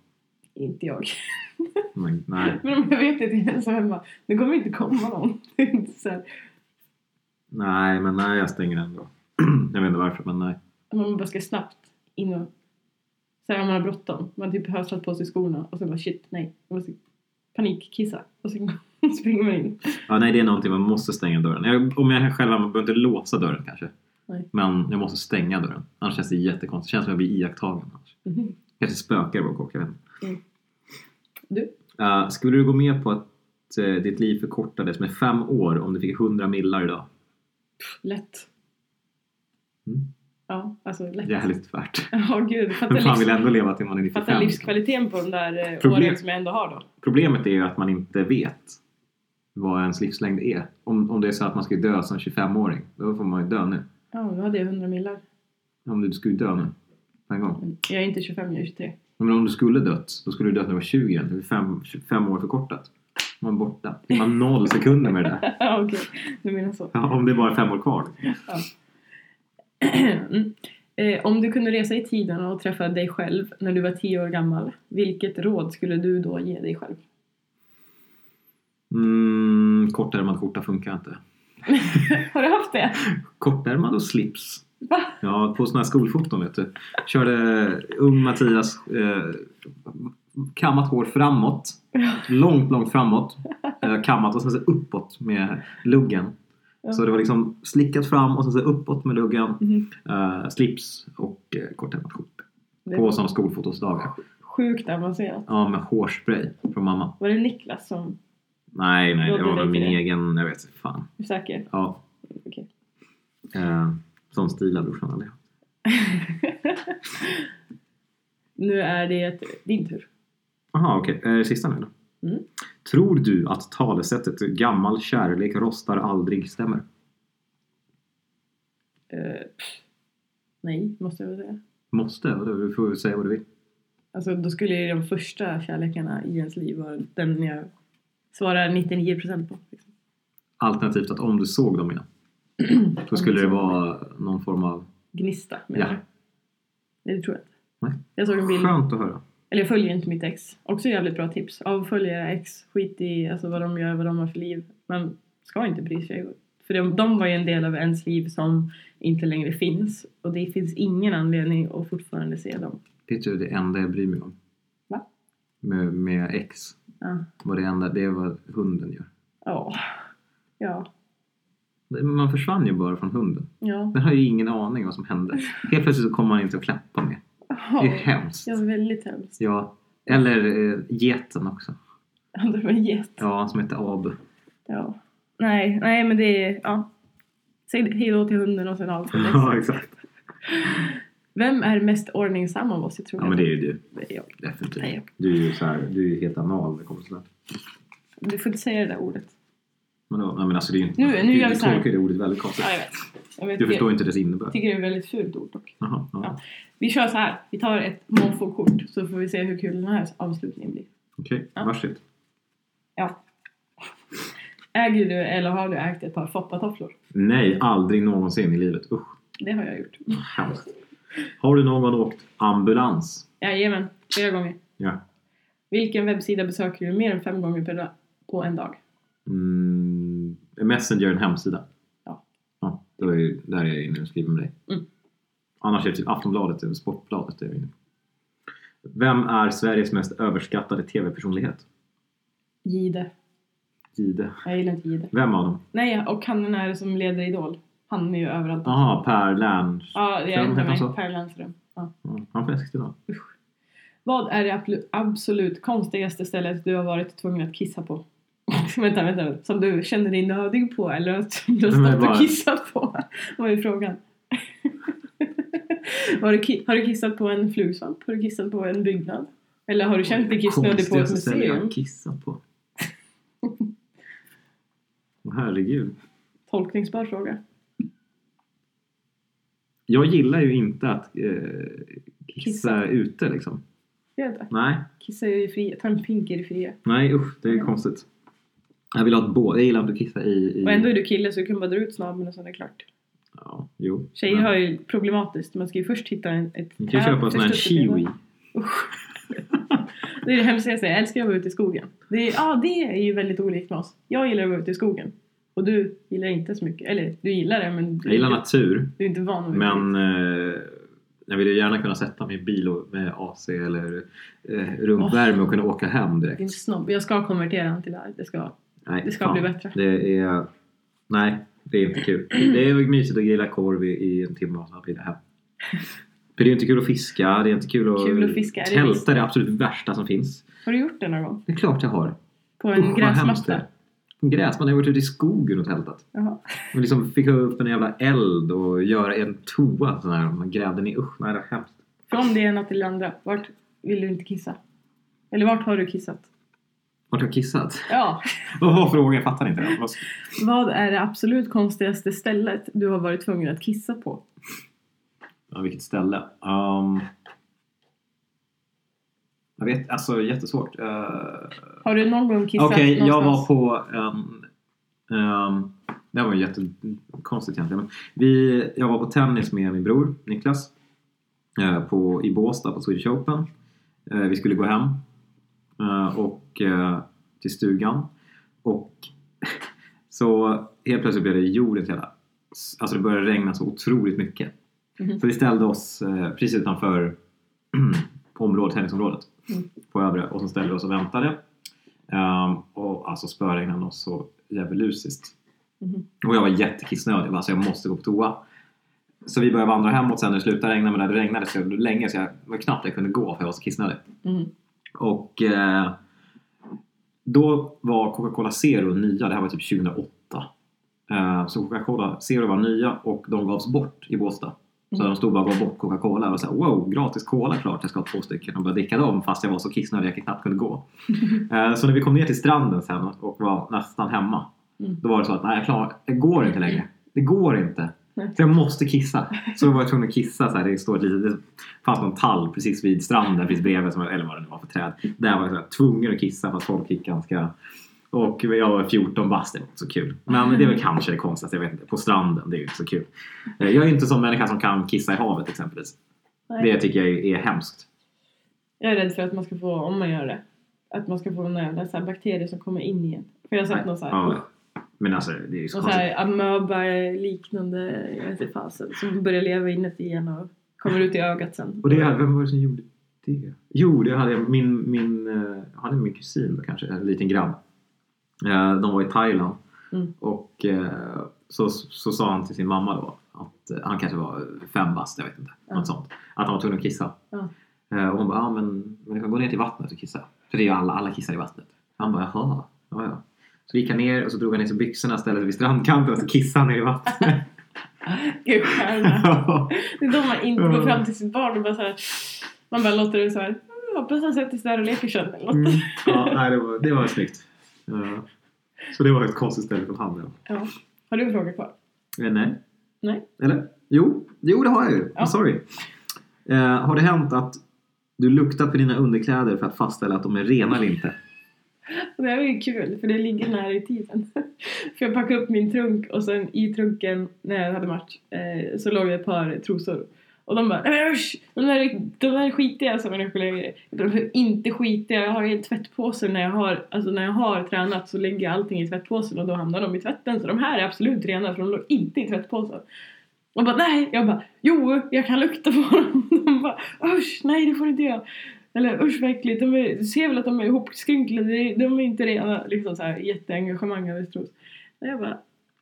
Speaker 1: Inte jag. <laughs>
Speaker 2: Men, nej,
Speaker 1: Men om jag vet att jag är ensam hemma, det kommer inte komma någon. <laughs> Det är inte så här,
Speaker 2: nej, men nej, jag stänger den då. <clears throat> jag vet inte varför, men nej.
Speaker 1: om man bara ska snabbt in och... Så här, om man har bråttom. Man typ har satt på sig skorna och sen bara shit, nej. Man måste panikkissa. Och sen <laughs> springer man in.
Speaker 2: Ja, nej, det är någonting man måste stänga dörren. Jag, om jag själv, man behöver inte låsa dörren kanske.
Speaker 1: Nej.
Speaker 2: Men jag måste stänga dörren. Annars känns det jättekonstigt. Det känns som att jag blir iakttagen. Annars.
Speaker 1: Mhm.
Speaker 2: Kanske spökar bakom kåk, jag vet inte.
Speaker 1: Mm. Du?
Speaker 2: Eh, skulle du gå med på att eh, ditt liv förkortades med fem år om du fick 100 millar idag?
Speaker 1: Lätt.
Speaker 2: Mm.
Speaker 1: Ja, alltså lätt.
Speaker 2: Jävligt värt.
Speaker 1: Ja, gud. Fatta,
Speaker 2: Men fan
Speaker 1: livs-
Speaker 2: vill ändå leva till man är 95.
Speaker 1: fatta
Speaker 2: liksom.
Speaker 1: livskvaliteten på de där eh,
Speaker 2: Problem.
Speaker 1: åren som jag ändå har då.
Speaker 2: Problemet är ju att man inte vet vad ens livslängd är. Om, om det är så att man ska dö som 25-åring, då får man ju dö nu.
Speaker 1: Ja, nu hade jag 100 millar.
Speaker 2: Om du skulle dö nu, på en gång.
Speaker 1: Men Jag är inte 25, jag är 23.
Speaker 2: Men om du skulle dött, då skulle du dött när du var 20 egentligen. Fem, fem år förkortat. Man är borta. Det var noll sekunder med det där.
Speaker 1: <laughs> Ja, Okej, du menar så. <clears throat>
Speaker 2: Ja, Om det är bara fem år kvar.
Speaker 1: Mm. Eh, Om du kunde resa i tiden och träffa dig själv när du var 10 år gammal, vilket råd skulle du då ge dig själv?
Speaker 2: Mm, kortärmad skjorta funkar inte.
Speaker 1: <laughs> Har du haft det?
Speaker 2: Kortärmad och slips.
Speaker 1: Va?
Speaker 2: Ja, på sådana här skolfoton vet du. Körde ung Mattias eh, kammat hår framåt. Långt, långt framåt. Eh, kammat och sen så uppåt med luggen. Så det var liksom slickat fram och sen så uppåt med luggen.
Speaker 1: Mhm.
Speaker 2: Eh, slips och eh, kortärmad skjorta.
Speaker 1: Det-
Speaker 2: På sådana skolfotosdagar.
Speaker 1: Sjukt avancerat.
Speaker 2: Ja, med hårspray från mamma.
Speaker 1: Var det Niklas som...
Speaker 2: Nej, nej, det
Speaker 1: Låter
Speaker 2: var nog
Speaker 1: dig
Speaker 2: min
Speaker 1: till det.
Speaker 2: egen, jag vet inte, fan.
Speaker 1: Är du säker?
Speaker 2: Ja.
Speaker 1: Okej.
Speaker 2: Eh, sån stil har brorsan aldrig haft.
Speaker 1: nu är det din tur.
Speaker 2: Aha, okej. Eh, Sista nu då.
Speaker 1: Mm.
Speaker 2: Tror du att talesättet gammal kärlek rostar aldrig stämmer?
Speaker 1: Eh, pff. nej, måste jag väl säga.
Speaker 2: Måste? Vadå? Du får säga vad du vill.
Speaker 1: Alltså då skulle ju de första kärlekarna i ens liv vara den jag svarar 99% på. Liksom.
Speaker 2: Alternativt att om du såg dem igen. Då skulle det vara någon form av...
Speaker 1: Gnista menar
Speaker 2: Ja.
Speaker 1: du? Nej, det tror jag inte.
Speaker 2: Nej.
Speaker 1: Jag såg en bild,
Speaker 2: Skönt att höra.
Speaker 1: eller jag följer inte mitt ex. Också jävligt bra tips. Avfölja era ex, skit i alltså, vad de gör, vad de har för liv. Man ska inte bry sig. För de, de var ju en del av ens liv som inte längre finns. Och det finns ingen anledning att fortfarande se dem.
Speaker 2: Vet du det enda jag bryr mig om?
Speaker 1: Va?
Speaker 2: Med, med ex.
Speaker 1: Ja.
Speaker 2: Vad det enda, det är vad hunden gör.
Speaker 1: Ja. Ja.
Speaker 2: Man försvann ju bara från hunden.
Speaker 1: Ja.
Speaker 2: Den har ju ingen aning vad som hände. Helt plötsligt så kommer man inte att klappa med. Det är hemskt.
Speaker 1: Ja, väldigt hemskt.
Speaker 2: Ja. Eller eh, geten också.
Speaker 1: Ja, Det var en jätte...
Speaker 2: Ja, som heter Ab.
Speaker 1: Ja. Nej, nej men det är... Ja. Säg hej då till hunden och sen av till nästa.
Speaker 2: <laughs> Ja, exakt.
Speaker 1: Vem är mest ordningsam av oss? Jag tror
Speaker 2: Ja, men det är ju du.
Speaker 1: det är jag. Nej.
Speaker 2: Definitivt. Du är ju så här, du är ju helt anal när det kommer till det.
Speaker 1: Du får inte säga det där ordet.
Speaker 2: Men, då, nej, men alltså det är ju inte...
Speaker 1: Nu- nu
Speaker 2: du,
Speaker 1: gör vi
Speaker 2: du
Speaker 1: så här.
Speaker 2: tolkar ju det ordet väldigt konstigt.
Speaker 1: Ja, jag vet. Jag, vet.
Speaker 2: Du förstår
Speaker 1: jag
Speaker 2: inte dess innebörd.
Speaker 1: tycker det är ett väldigt fult ord dock.
Speaker 2: Jaha, ja.
Speaker 1: Ja. Vi kör så här. Vi tar ett måfå-kort så får vi se hur kul den här avslutningen blir.
Speaker 2: Okej,
Speaker 1: Ja.
Speaker 2: varsågod.
Speaker 1: Ja. Äger du eller har du ägt ett par foppatofflor?
Speaker 2: Nej, aldrig någonsin i livet. Usch,
Speaker 1: Det har jag gjort.
Speaker 2: hemskt. Har du någon gång åkt ambulans?
Speaker 1: Jajamän, flera gånger.
Speaker 2: Ja.
Speaker 1: Vilken webbsida besöker du mer än fem gånger per dag? På en dag?
Speaker 2: Mm, Messenger, en hemsida.
Speaker 1: Ja.
Speaker 2: Ja, då är ju, där är jag inne och skriver med dig.
Speaker 1: Mm.
Speaker 2: Annars är det typ Aftonbladet eller Sportbladet. Det är jag inne. Vem är Sveriges mest överskattade TV-personlighet?
Speaker 1: Gide.
Speaker 2: Gide.
Speaker 1: Jag gillar inte Gide.
Speaker 2: Vem av dem?
Speaker 1: Nej, och han den här som leder Idol. Han är ju överallt.
Speaker 2: Aha, Per Lern.
Speaker 1: Ja,
Speaker 2: Tror
Speaker 1: jag
Speaker 2: de
Speaker 1: vet
Speaker 2: heter
Speaker 1: inte.
Speaker 2: så?
Speaker 1: Per Lernström. Ja.
Speaker 2: Ja, Han är från Eskilstuna.
Speaker 1: Vad är det ablu- absolut konstigaste stället du har varit tvungen att kissa på? <laughs> vänta, vänta, vänta. Som du känner dig nödig på eller att du
Speaker 2: Nej, men
Speaker 1: har stått och
Speaker 2: bara-
Speaker 1: kissat på? <laughs> Vad är frågan? har, du ki- har du kissat på en flugsvamp? Har du kissat på en byggnad? Eller har du känt dig kissnödig på ett
Speaker 2: Konstigaste stället
Speaker 1: museum?
Speaker 2: jag kissat på. Åh, Herregud.
Speaker 1: Tolkningsbar fråga.
Speaker 2: Jag gillar ju inte att eh, kissa,
Speaker 1: Kissa.
Speaker 2: ute liksom.
Speaker 1: Jag vet inte.
Speaker 2: Nej,
Speaker 1: Kissa i det fria. Ta en pink i det fria.
Speaker 2: nej usch, det är konstigt. Jag vill ha ett båt. Jag gillar inte att kissa i... i...
Speaker 1: Och ändå är du kille så du kan bara dra ut snabeln och sen är det klart.
Speaker 2: Ja, jo.
Speaker 1: Tjejer
Speaker 2: Men-
Speaker 1: har ju problematiskt. Man ska ju först hitta en, ett
Speaker 2: Ni kan ju köpa sån här
Speaker 1: först upp i
Speaker 2: kiwi.
Speaker 1: träden. Det är det hemska jag säger. Jag älskar att vara ute i skogen. Det är, ja, det är ju väldigt olikt med oss. Jag gillar att vara ute i skogen. Och du gillar inte så mycket. Eller du gillar det men du,
Speaker 2: Jag gillar
Speaker 1: du,
Speaker 2: natur,
Speaker 1: är inte van vid
Speaker 2: men
Speaker 1: det.
Speaker 2: eh, jag vill ju gärna kunna sätta mig i bil och, med AC eller eh, rumpvärme och kunna åka hem direkt.
Speaker 1: Din snobb. Jag ska konvertera han till det här. Det ska.
Speaker 2: Nej,
Speaker 1: Det ska
Speaker 2: fan.
Speaker 1: bli bättre.
Speaker 2: Det är... Nej, det är inte kul. Det är väl mysigt att grilla korv i, i en timme och sen blir det hem. För det är inte kul att fiska, det är inte kul att,
Speaker 1: Kul att fiska, det är visst.
Speaker 2: tälta, det är absolut värsta som finns.
Speaker 1: Har du gjort det någon gång?
Speaker 2: Det är klart jag har.
Speaker 1: På en
Speaker 2: Usch, vad hemskt
Speaker 1: gräsmatta?
Speaker 2: det är. På en gräsmatta, jag har varit ute i skogen och tältat.
Speaker 1: Jaha.
Speaker 2: Och liksom fick jag upp en jävla eld och göra en toa sån här. Man grävde ner, usch nej det var hemskt.
Speaker 1: Från det ena till det andra. Vart vill du inte kissa? Eller vart har du kissat?
Speaker 2: Vart har jag kissat?
Speaker 1: Ja.
Speaker 2: <laughs> Vad var frågan? Jag fattar inte. det. Vad-
Speaker 1: Vad är det absolut konstigaste stället du har varit tvungen att kissa på?
Speaker 2: Ja, vilket ställe? Ehm, jag vet, alltså jättesvårt. Eh,
Speaker 1: Har du någon gång kissat
Speaker 2: Okej, jag var
Speaker 1: någonstans?
Speaker 2: på en... ehm, det här var ju jättekonstigt egentligen. Men vi, jag var på tennis med min bror Niklas eh, på, i Båstad på Swedish Open. Eh, vi skulle gå hem eh, och eh, till stugan och <laughs> så helt plötsligt blev det jordens hela... Alltså det började regna så otroligt mycket.
Speaker 1: Mhm.
Speaker 2: Så vi ställde oss eh, precis utanför <clears throat> området, tennisområdet
Speaker 1: Mm.
Speaker 2: på övre och så ställde vi oss och väntade. Ehm, och alltså spöregnade oss så djävulusiskt.
Speaker 1: Mhm.
Speaker 2: Och jag var jättekissnödig. Jag bara, alltså jag måste gå på toa. Så vi började vandra hemåt sen när det slutade regna. Men när det regnade så länge så jag det var knappt jag kunde gå för jag var så kissnödig.
Speaker 1: Mm.
Speaker 2: Och eh, då var Coca-Cola Zero nya. Det här var typ 2008. Eh, så Coca-Cola Zero var nya och de gavs bort i Båstad. Så
Speaker 1: Mm.
Speaker 2: de stod bara och gav bort Coca-Cola och sa wow, gratis cola klart, jag ska ha två stycken och började dricka dem fast jag var så kissnödig att jag knappt
Speaker 1: <laughs>
Speaker 2: kunde gå. Eh, så när vi kom ner till stranden sen och var nästan hemma
Speaker 1: Mm.
Speaker 2: då var det så att nej, jag klarar, det går inte längre. Det går inte.
Speaker 1: Nej.
Speaker 2: Så jag måste kissa. Så jag var tvungen att kissa. Så här, det, står ett litet, det fanns någon tall precis vid stranden, precis bredvid, som, eller vad det nu var för träd. Där var jag så här, tvungen att kissa fast folk gick ganska... Och jag var 14 bast, det var inte så kul. Men det är väl kanske det konstigaste, jag vet inte. På stranden, det är ju inte så kul. Eh, Jag är ju inte som människa som kan kissa i havet exempelvis.
Speaker 1: Nej.
Speaker 2: Det tycker jag är är hemskt.
Speaker 1: Jag är rädd för att man ska få, om man gör det, att man ska få några jävla så här bakterier som kommer in igen. För jag har sett någon så här,
Speaker 2: Ja. Men alltså, det är ju så
Speaker 1: någon så
Speaker 2: konstigt.
Speaker 1: här amöba liknande, jag vet inte fasen, som börjar leva inuti igen och kommer ut i ögat sen.
Speaker 2: Och det, vem var det som gjorde det? Jo, det hade jag, min, min, eh, han är min kusin då kanske, en liten grabb. Eh, De var i Thailand
Speaker 1: Mm.
Speaker 2: och eh, så, så sa han till sin mamma då att eh, han kanske var fem bast, jag vet inte,
Speaker 1: Ja.
Speaker 2: något sånt. Att han var tvungen att kissa.
Speaker 1: Ja.
Speaker 2: Eh, Och hon bara, ja men, men du kan gå ner till vattnet och kissa. För det är ju alla, alla kissar i vattnet. Han bara, jaha, ja ja. Så gick han ner och så drog han ner sig byxorna, ställde sig vid strandkanten och så kissade han ner
Speaker 1: <laughs>
Speaker 2: i vattnet. <laughs>
Speaker 1: Gud, stjärna. Det är då man inte går fram till sitt barn och bara så här, man bara låter det så här, "Jag hoppas han sätter sig där och leker sen eller något.
Speaker 2: Mm. <laughs> Ja, nej, det, var, det var snyggt. Ja. Så det var ett konstigt ställe från handen.
Speaker 1: Ja. Har du en fråga kvar?
Speaker 2: Eh, nej.
Speaker 1: Nej.
Speaker 2: Eller? Jo, jo det har jag ju.
Speaker 1: Ja.
Speaker 2: I'm sorry. Eh, har det hänt att du luktat på dina underkläder för att fastställa att de är rena eller inte?
Speaker 1: Och <laughs> det här var ju kul för det ligger nära i tiden. <laughs> för jag packade upp min trunk och sen i trunken när jag hade match eh, så låg det ett par trosor. Och de bara "Nej, men usch! De där, är- de där är skitiga sa mina kollegor. Jag bara, "De är inte skitiga, jag har ju en tvättpåse när jag har, alltså när jag har tränat så lägger jag allting i tvättpåsen och då hamnar de i tvätten. Så de här är absolut rena för de låg inte i tvättpåsen. Och bara nej, jag bara jo, jag kan lukta på dem. <laughs> De bara usch, nej det får du inte göra. Eller usch vad äckligt, de är, du ser väl att de är ihopskrynklade, de är- de är inte rena. Liksom så här jätteengagemang av Västerås. Nej, jag bara,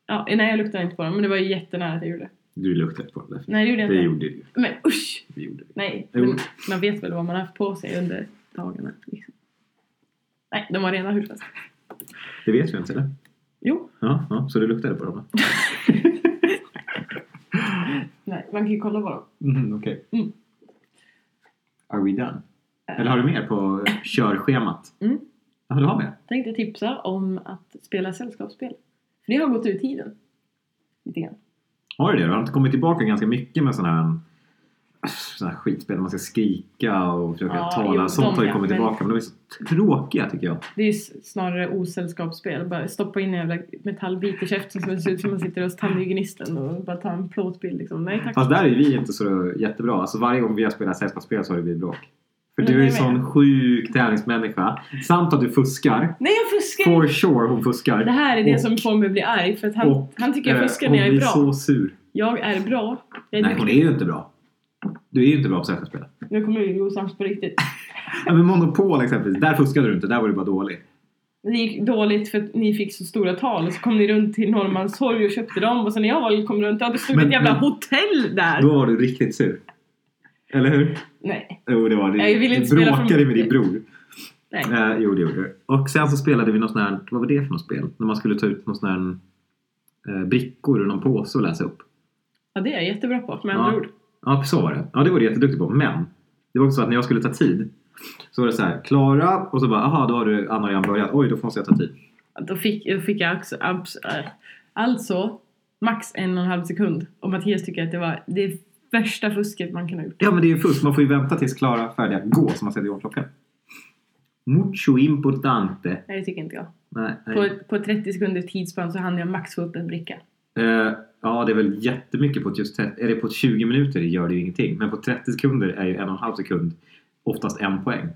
Speaker 1: ja, nej jag luktar inte på dem men det var ju jättenära att jag gjorde. det.
Speaker 2: Du luktade på dem definitivt.
Speaker 1: Nej det gjorde jag inte.
Speaker 2: gjorde du.
Speaker 1: Men usch!
Speaker 2: Det gjorde du.
Speaker 1: Nej,
Speaker 2: Jo.
Speaker 1: men man vet väl vad man har haft på sig under dagarna. Liksom. Nej, de var rena hur som helst.
Speaker 2: Det vet vi inte eller?
Speaker 1: <laughs> Jo,
Speaker 2: Ja, ja, så du luktade på dem?
Speaker 1: nej, man kan ju kolla på dem.
Speaker 2: Mm, Okej.
Speaker 1: Mm.
Speaker 2: Are we done? Eller har du mer på eh, körschemat?
Speaker 1: Mm.
Speaker 2: Ja, du har mer?
Speaker 1: Tänkte tipsa om att spela sällskapsspel. För det har gått ur tiden. Lite grann.
Speaker 2: Har du det? Du har inte kommit tillbaka ganska mycket med sådana här, såna här skitspel där man ska skrika och försöka
Speaker 1: Ja,
Speaker 2: tala.
Speaker 1: jo,
Speaker 2: Sånt
Speaker 1: de
Speaker 2: har ju
Speaker 1: ja,
Speaker 2: kommit
Speaker 1: men-
Speaker 2: tillbaka men de är så tråkiga tycker jag.
Speaker 1: Det är ju s- snarare osällskapsspel. Bara stoppa in en jävla metallbit i käften som ser ut som man sitter hos tandhygienisten och bara ta en plåtbild liksom. Nej tack.
Speaker 2: Fast där är vi inte så jättebra. Alltså varje gång vi har spelat sällskapsspel så har det blivit bråk. För
Speaker 1: Men
Speaker 2: du är
Speaker 1: det
Speaker 2: ju
Speaker 1: är
Speaker 2: sån sjuk tävlingsmänniska. Samt att du fuskar.
Speaker 1: Nej jag fuskar!
Speaker 2: For sure hon fuskar.
Speaker 1: Det här är det
Speaker 2: Och-
Speaker 1: som får mig att bli arg för att han,
Speaker 2: och,
Speaker 1: han tycker jag
Speaker 2: eh,
Speaker 1: fuskar när jag är bra.
Speaker 2: Hon blir så sur.
Speaker 1: Jag är bra. Jag är
Speaker 2: Nej hon är ju inte bra. Du är ju inte bra på sällskapsspel.
Speaker 1: Nu kommer vi bli osams på riktigt.
Speaker 2: Ja, men Monopol exempelvis, där fuskade du inte. Där var du bara dålig.
Speaker 1: Det gick dåligt för att ni fick så stora tal och så kom ni runt till Norrmalmstorg och köpte dem och sen när jag kom runt, ja det stod
Speaker 2: Men-
Speaker 1: ett jävla
Speaker 2: men-
Speaker 1: hotell där!
Speaker 2: Då var du riktigt sur. Eller hur?
Speaker 1: Nej.
Speaker 2: Jo, det var det.
Speaker 1: Nej, jag vill
Speaker 2: du
Speaker 1: inte spela
Speaker 2: bråkade
Speaker 1: för mycket.
Speaker 2: med din bror.
Speaker 1: Nej.
Speaker 2: Eh, jo, det gjorde du. Och sen så spelade vi något sånt här, vad var det för något spel? När man skulle ta ut någon sån här eh, brickor ur någon påse och läsa upp.
Speaker 1: Ja det är jag jättebra på med
Speaker 2: Ja.
Speaker 1: andra ord.
Speaker 2: Ja, så var det. Ja, det var du jätteduktig på. Men det var också så att när jag skulle ta tid så var det så här, Klara och så bara, aha, då har du Anna redan börjat. Oj, då måste jag ta tid.
Speaker 1: Då fick, då fick jag också, abs, äh, alltså max en och en halv sekund och Mattias tycker att det var det värsta fusket man kan ha gjort.
Speaker 2: Ja, men det är ju fusk. Man får ju vänta tills Klara är färdig att gå, som man säger i klockan. Mucho importante.
Speaker 1: Nej det tycker inte jag.
Speaker 2: Nej, nej.
Speaker 1: På, på 30 sekunders tidsspann så hann jag max få upp en bricka.
Speaker 2: Eh, ja, det är väl jättemycket på ett just test. Är det på 20 minuter gör det ju ingenting. Men på 30 sekunder är ju en och en halv sekund oftast en poäng.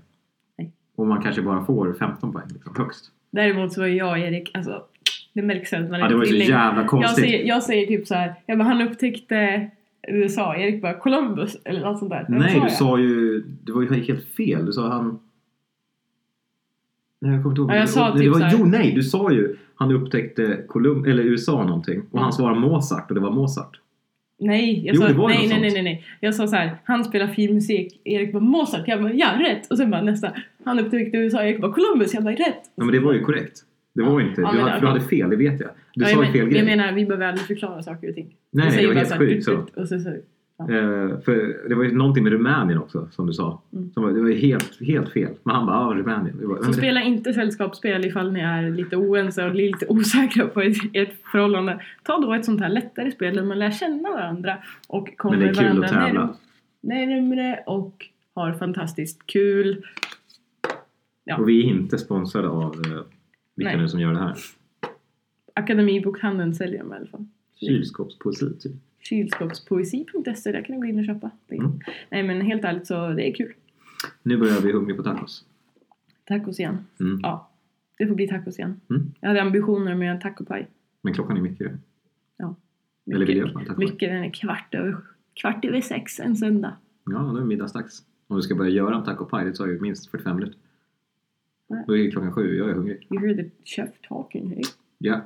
Speaker 1: Nej.
Speaker 2: Och man kanske bara får 15 poäng liksom, högst.
Speaker 1: Däremot så var jag och Erik, alltså det märks att man
Speaker 2: Ja, det var ju så
Speaker 1: tvilling.
Speaker 2: jävla
Speaker 1: jag
Speaker 2: konstigt.
Speaker 1: säger, jag säger typ så här, jag bara, han upptäckte USA, Erik bara Columbus eller något sånt där. Eller vad
Speaker 2: Nej, du
Speaker 1: jag?
Speaker 2: sa ju... Det var ju helt fel. Du sa han... Nej, jag kommer inte ihåg.
Speaker 1: Ja, jag sa
Speaker 2: det,
Speaker 1: typ
Speaker 2: det
Speaker 1: så
Speaker 2: var,
Speaker 1: här-
Speaker 2: jo, nej, du sa ju han upptäckte Colum- eller USA någonting. Och
Speaker 1: Mm.
Speaker 2: han svarade Mozart och det var Mozart.
Speaker 1: Nej, jag
Speaker 2: Jo,
Speaker 1: sa,
Speaker 2: det var ju
Speaker 1: nej,
Speaker 2: något
Speaker 1: nej,
Speaker 2: sånt.
Speaker 1: nej, nej, nej. Jag sa så här, han spelar fin musik, Erik bara Mozart, jag bara ja, rätt. Och sen bara nästa, han upptäckte USA, Erik bara Columbus, jag bara rätt.
Speaker 2: Ja, men det var ju korrekt. Det var
Speaker 1: Ja.
Speaker 2: inte...
Speaker 1: Ja,
Speaker 2: du,
Speaker 1: men
Speaker 2: hade,
Speaker 1: okej.
Speaker 2: du hade fel, det vet jag. Du
Speaker 1: Ja,
Speaker 2: sa
Speaker 1: jag
Speaker 2: ju fel
Speaker 1: men,
Speaker 2: grej.
Speaker 1: Jag menar, vi behöver aldrig förklara saker och ting.
Speaker 2: nej,
Speaker 1: Vi
Speaker 2: nej,
Speaker 1: säger
Speaker 2: det var
Speaker 1: bara
Speaker 2: helt
Speaker 1: så här, typ- tut,
Speaker 2: sjukt. Så.
Speaker 1: tut, Och så, så,
Speaker 2: Eh, för det var ju någonting med Rumänien också som du sa.
Speaker 1: Mm.
Speaker 2: Som var, det var ju helt, helt fel. Men han bara, ah, Rumänien. Det var,
Speaker 1: Så spela inte sällskapsspel ifall ni är lite oense och lite <laughs> osäkra på ert, ert förhållande. Ta då ett sånt här lättare spel där man lär känna varandra och kommer
Speaker 2: men det är kul
Speaker 1: varandra
Speaker 2: att tävla.
Speaker 1: närmre och har fantastiskt kul. ja.
Speaker 2: Och vi är inte sponsrade av eh, vilka
Speaker 1: Nej.
Speaker 2: nu som gör det här.
Speaker 1: Akademibokhandeln säljer dem i alla fall.
Speaker 2: Kylskåpspoesi typ.
Speaker 1: Kylskåpspoesi.se, E, där kan du gå in och köpa. Det är-
Speaker 2: Mm.
Speaker 1: Nej men helt ärligt så det är kul.
Speaker 2: Nu börjar vi hungriga på tacos.
Speaker 1: Tacos igen.
Speaker 2: Mm.
Speaker 1: Ja, det får bli tacos igen.
Speaker 2: Mm.
Speaker 1: Jag hade ambitioner med en tacopaj.
Speaker 2: Men klockan är mycket. Eller vill
Speaker 1: Mycket,
Speaker 2: jag tacos?
Speaker 1: mycket, den är kvart över, kvart över sex en söndag.
Speaker 2: Ja, nu är det middagsdags. Om du ska börja göra en taco pie, det tar ju minst 45 minuter.
Speaker 1: Nej.
Speaker 2: Då är ju klockan sju, jag är hungrig.
Speaker 1: You heard the chef talking. Hey.
Speaker 2: Ja,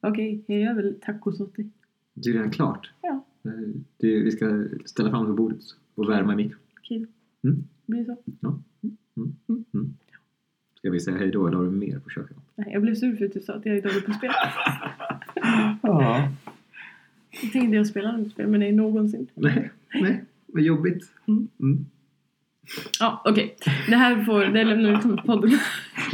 Speaker 1: Okej, jag gör väl tacos åt dig.
Speaker 2: det är ju redan klart.
Speaker 1: Ja.
Speaker 2: Eh, Det, vi ska ställa fram det på bordet och värma i mikron.
Speaker 1: Okej
Speaker 2: Mm.
Speaker 1: då. Blir det så?
Speaker 2: Ska vi säga hej då eller har du mer på köket?
Speaker 1: Nej, jag blev sur för att du sa att jag är dålig på spel.
Speaker 2: Ja.
Speaker 1: Jag tänkte jag spelar något spel med dig någonsin.
Speaker 2: Nej, nej. Vad jobbigt.
Speaker 1: Mm.
Speaker 2: Mm.
Speaker 1: Ja, okej. Det här får, det lämnar vi till podden.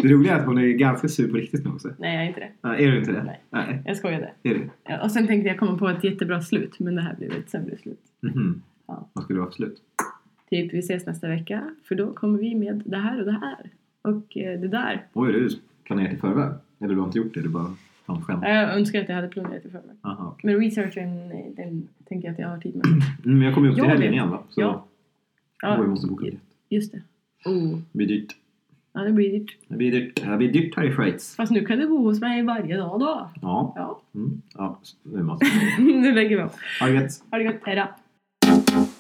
Speaker 2: Det roliga är att hon är ganska sur på riktigt nu också.
Speaker 1: Nej, jag är inte det.
Speaker 2: Ja, är du inte det?
Speaker 1: Nej.
Speaker 2: nej.
Speaker 1: Jag skojade.
Speaker 2: Är du?
Speaker 1: Ja, och sen tänkte jag komma på ett jättebra slut, men det här blev ett sämre slut.
Speaker 2: Mhm.
Speaker 1: Ja.
Speaker 2: Vad skulle det vara för slut?
Speaker 1: Typ, vi ses nästa vecka, för då kommer vi med det här och det här. Och eh, det där.
Speaker 2: Oj, du planerat i förväg? Eller du har inte gjort det? Du bara har en skämt?
Speaker 1: Ja, Jag önskar att jag hade planerat i förväg.
Speaker 2: Aha, okej.
Speaker 1: Men researchen, eh, den tänker jag att jag har tid med.
Speaker 2: Mm, Men jag kommer ju upp till
Speaker 1: Jag
Speaker 2: helgen
Speaker 1: vet.
Speaker 2: igen va? Så
Speaker 1: Ja.
Speaker 2: Oj, vi
Speaker 1: Ja,
Speaker 2: måste boka biljett.
Speaker 1: just det. Oh.
Speaker 2: Det blir dyrt.
Speaker 1: Ja, det blir dyrt.
Speaker 2: Det blir dyrt, det blir dyrt här i Schweiz.
Speaker 1: Fast nu kan du bo hos mig varje dag då.
Speaker 2: Ja.
Speaker 1: Ja, <laughs>
Speaker 2: Mm. ja. Nu måste
Speaker 1: nu lägger vi av.
Speaker 2: Ha det gött.
Speaker 1: Ha det gött, hejdå.